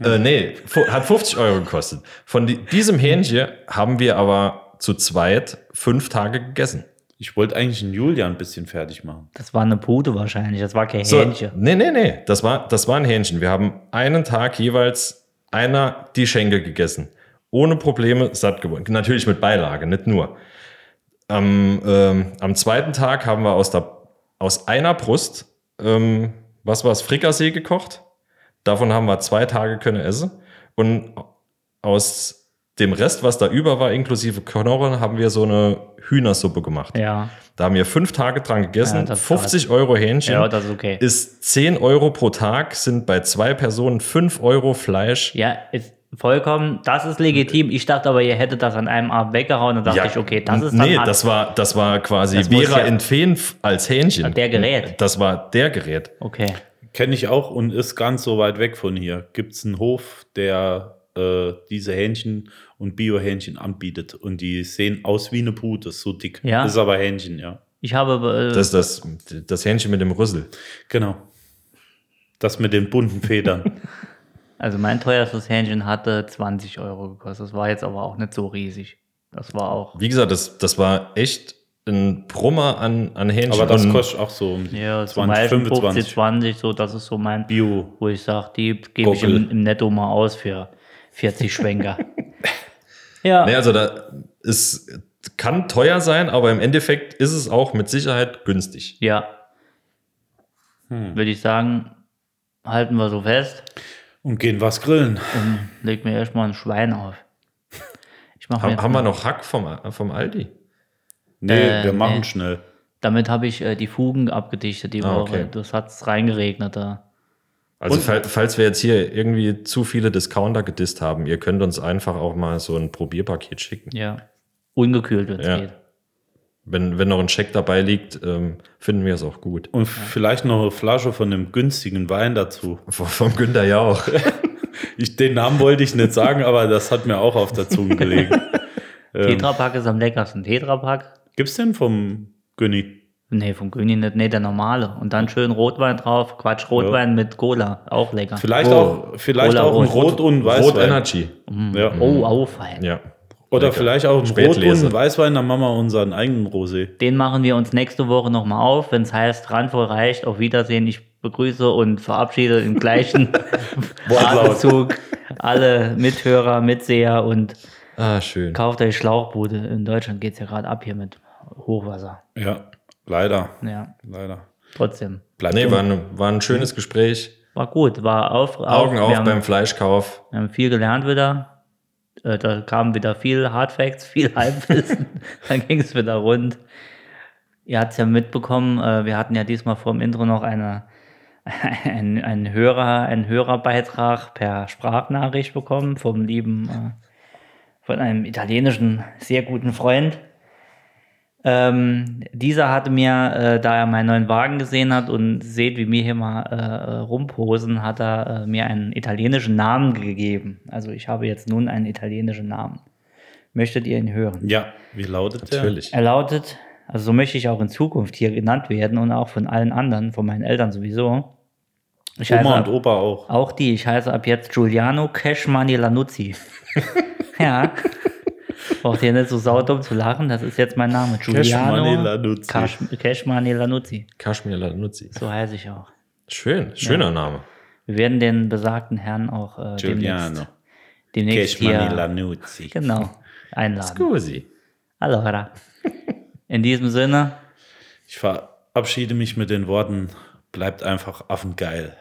Äh, nee, fu- hat 50 Euro gekostet. Von di- diesem Hähnchen haben wir aber zu zweit fünf Tage gegessen. Ich wollte eigentlich einen Julian ein bisschen fertig machen. Das war eine Pute wahrscheinlich, das war kein So, Hähnchen. nee, nee, nee. Das war, das war ein Hähnchen. Wir haben einen Tag jeweils einer die Schenkel gegessen. Ohne Probleme satt geworden. Natürlich mit Beilage, nicht nur. Am, ähm, am zweiten Tag haben wir aus, der, aus einer Brust, ähm, was war es, Frikassee gekocht. Davon haben wir zwei Tage können essen. Und aus dem Rest, was da über war, inklusive Knochen, haben wir so eine Hühnersuppe gemacht. Ja, Da haben wir fünf Tage dran gegessen, Ja, das ist 50 Euro Hähnchen ja, das ist okay. ist 10 Euro pro Tag, sind bei zwei Personen 5 Euro Fleisch. Ja, ist vollkommen, das ist legitim. Ich dachte aber, ihr hättet das an einem Abend weggehauen und dachte ich, okay, das ist dann halt Nee, hart. das war, das war quasi Das muss Vera ja- in Feen f- als Hähnchen. Äh, Der Gerät. Das war der Gerät. Okay. Kenne ich auch und ist ganz so weit weg von hier. Gibt es einen Hof, der äh, diese Hähnchen und Bio-Hähnchen anbietet. Und die sehen aus wie eine Pute, so dick. Ja. Ist aber Hähnchen, ja. Ich habe, äh, Das ist das, das Hähnchen mit dem Rüssel. Genau. Das mit den bunten Federn. also mein teuerstes Hähnchen hatte 20 Euro gekostet. Das war jetzt aber auch nicht so riesig. Das war auch, Wie gesagt, das, das war echt ein Brummer an, an Hähnchen. aber das Und kostet auch so um ja, zum 20, Beispiel 50, 25 20, so, das ist so mein Bio. wo ich sage, die gebe ich im, Gockel. im Netto mal aus für 40 Schwenker. ja, Nee, also da ist, kann teuer sein, aber im Endeffekt ist es auch mit Sicherheit günstig. ja. Hm. Würde ich sagen, halten wir so fest Und gehen was grillen. und leg mir erstmal ein Schwein auf. Ich mache Haben, jetzt haben wir mal- noch Hack vom, vom Aldi? Nee, Äh, wir machen nee. schnell. Damit habe ich äh, die Fugen abgedichtet die Ah, Woche. okay. Das hat es reingeregnet da. Also Und- fall, falls wir jetzt hier irgendwie zu viele Discounter gedisst haben, ihr könnt uns einfach auch mal so ein Probierpaket schicken. Ja. Ungekühlt, wenn es Ja. geht. Wenn, wenn noch ein Scheck dabei liegt, ähm, finden wir es auch gut. Und vielleicht noch eine Flasche von einem günstigen Wein dazu. Vom, vom Günther ja auch. Ich, den Namen wollte ich nicht sagen, aber das hat mir auch auf der Zunge gelegen. ähm, Tetrapack ist am leckersten. Tetrapack? Gibt es denn vom Günni? Nee, vom König nicht. Nee, der normale. Und dann schön Rotwein drauf. Quatsch, Rotwein mit Cola. Auch lecker. Vielleicht Oh. auch, vielleicht Oder auch ein Rot. Rot und Rot Weißwein. Energy. Ja. Oh, auffallen. Mhm. Ja. Oder Lecker. vielleicht auch ein Rot Spätlese. und ein Weißwein, dann machen wir unseren eigenen Rosé. Den machen wir uns nächste Woche nochmal auf, wenn es heißt, randvoll reicht. Auf Wiedersehen. Ich begrüße und verabschiede im gleichen Wortlaut. Atemzug alle Mithörer, Mitseher und Ah, schön. kauft euch Schlauchbude. In Deutschland geht es ja gerade ab hier mit Hochwasser. Ja, leider. Ja, Leider. trotzdem. Bleibt Nee, um. war ein, war ein schönes Gespräch. War gut, war auf. Augen auf wir, beim haben, Fleischkauf. wir haben viel gelernt wieder. Äh, Da kamen wieder viel Hardfacts, viel Halbwissen. Dann ging es wieder rund. Ihr habt es ja mitbekommen, äh, wir hatten ja diesmal vor dem Intro noch eine, einen, einen, Hörer, einen Hörerbeitrag per Sprachnachricht bekommen vom lieben, äh, von einem italienischen sehr guten Freund. Ähm, dieser hatte mir, äh, da er meinen neuen Wagen gesehen hat und seht, wie mir hier mal äh, äh, rumposen, hat er äh, mir einen italienischen Namen gegeben. Also ich habe jetzt nun einen italienischen Namen. Möchtet ihr ihn hören? Ja, wie lautet der? Natürlich. Er lautet, also so möchte ich auch in Zukunft hier genannt werden und auch von allen anderen, von meinen Eltern sowieso. Ich heiße Oma ab, und Opa auch. auch die, ich heiße ab jetzt Giuliano Cashmani Lanuzzi. ja. Braucht ihr nicht so saudumm zu lachen, das ist jetzt mein Name. Money Giuliano Lanuzzi. Cash- Cashmani Lanuzzi. Kaschmir Lanuzzi. So heiße ich auch. Schön, schöner Name. Wir werden den besagten Herrn auch äh, Giuliano. demnächst, demnächst Cashmani hier Lanuzzi. genau, einladen. Scusi. Allora. In diesem Sinne, Ich verabschiede mich mit den Worten, bleibt einfach affengeil.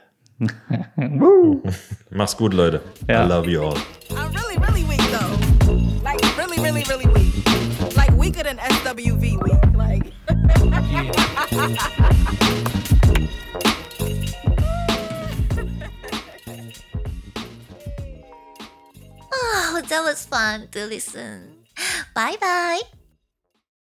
Mach's gut, Leute. Ja. I love you all. I'm really, really weak though. Like really, really, really weak. Like weaker than SWV weak. Like. Oh, that was fun to listen. Bye bye.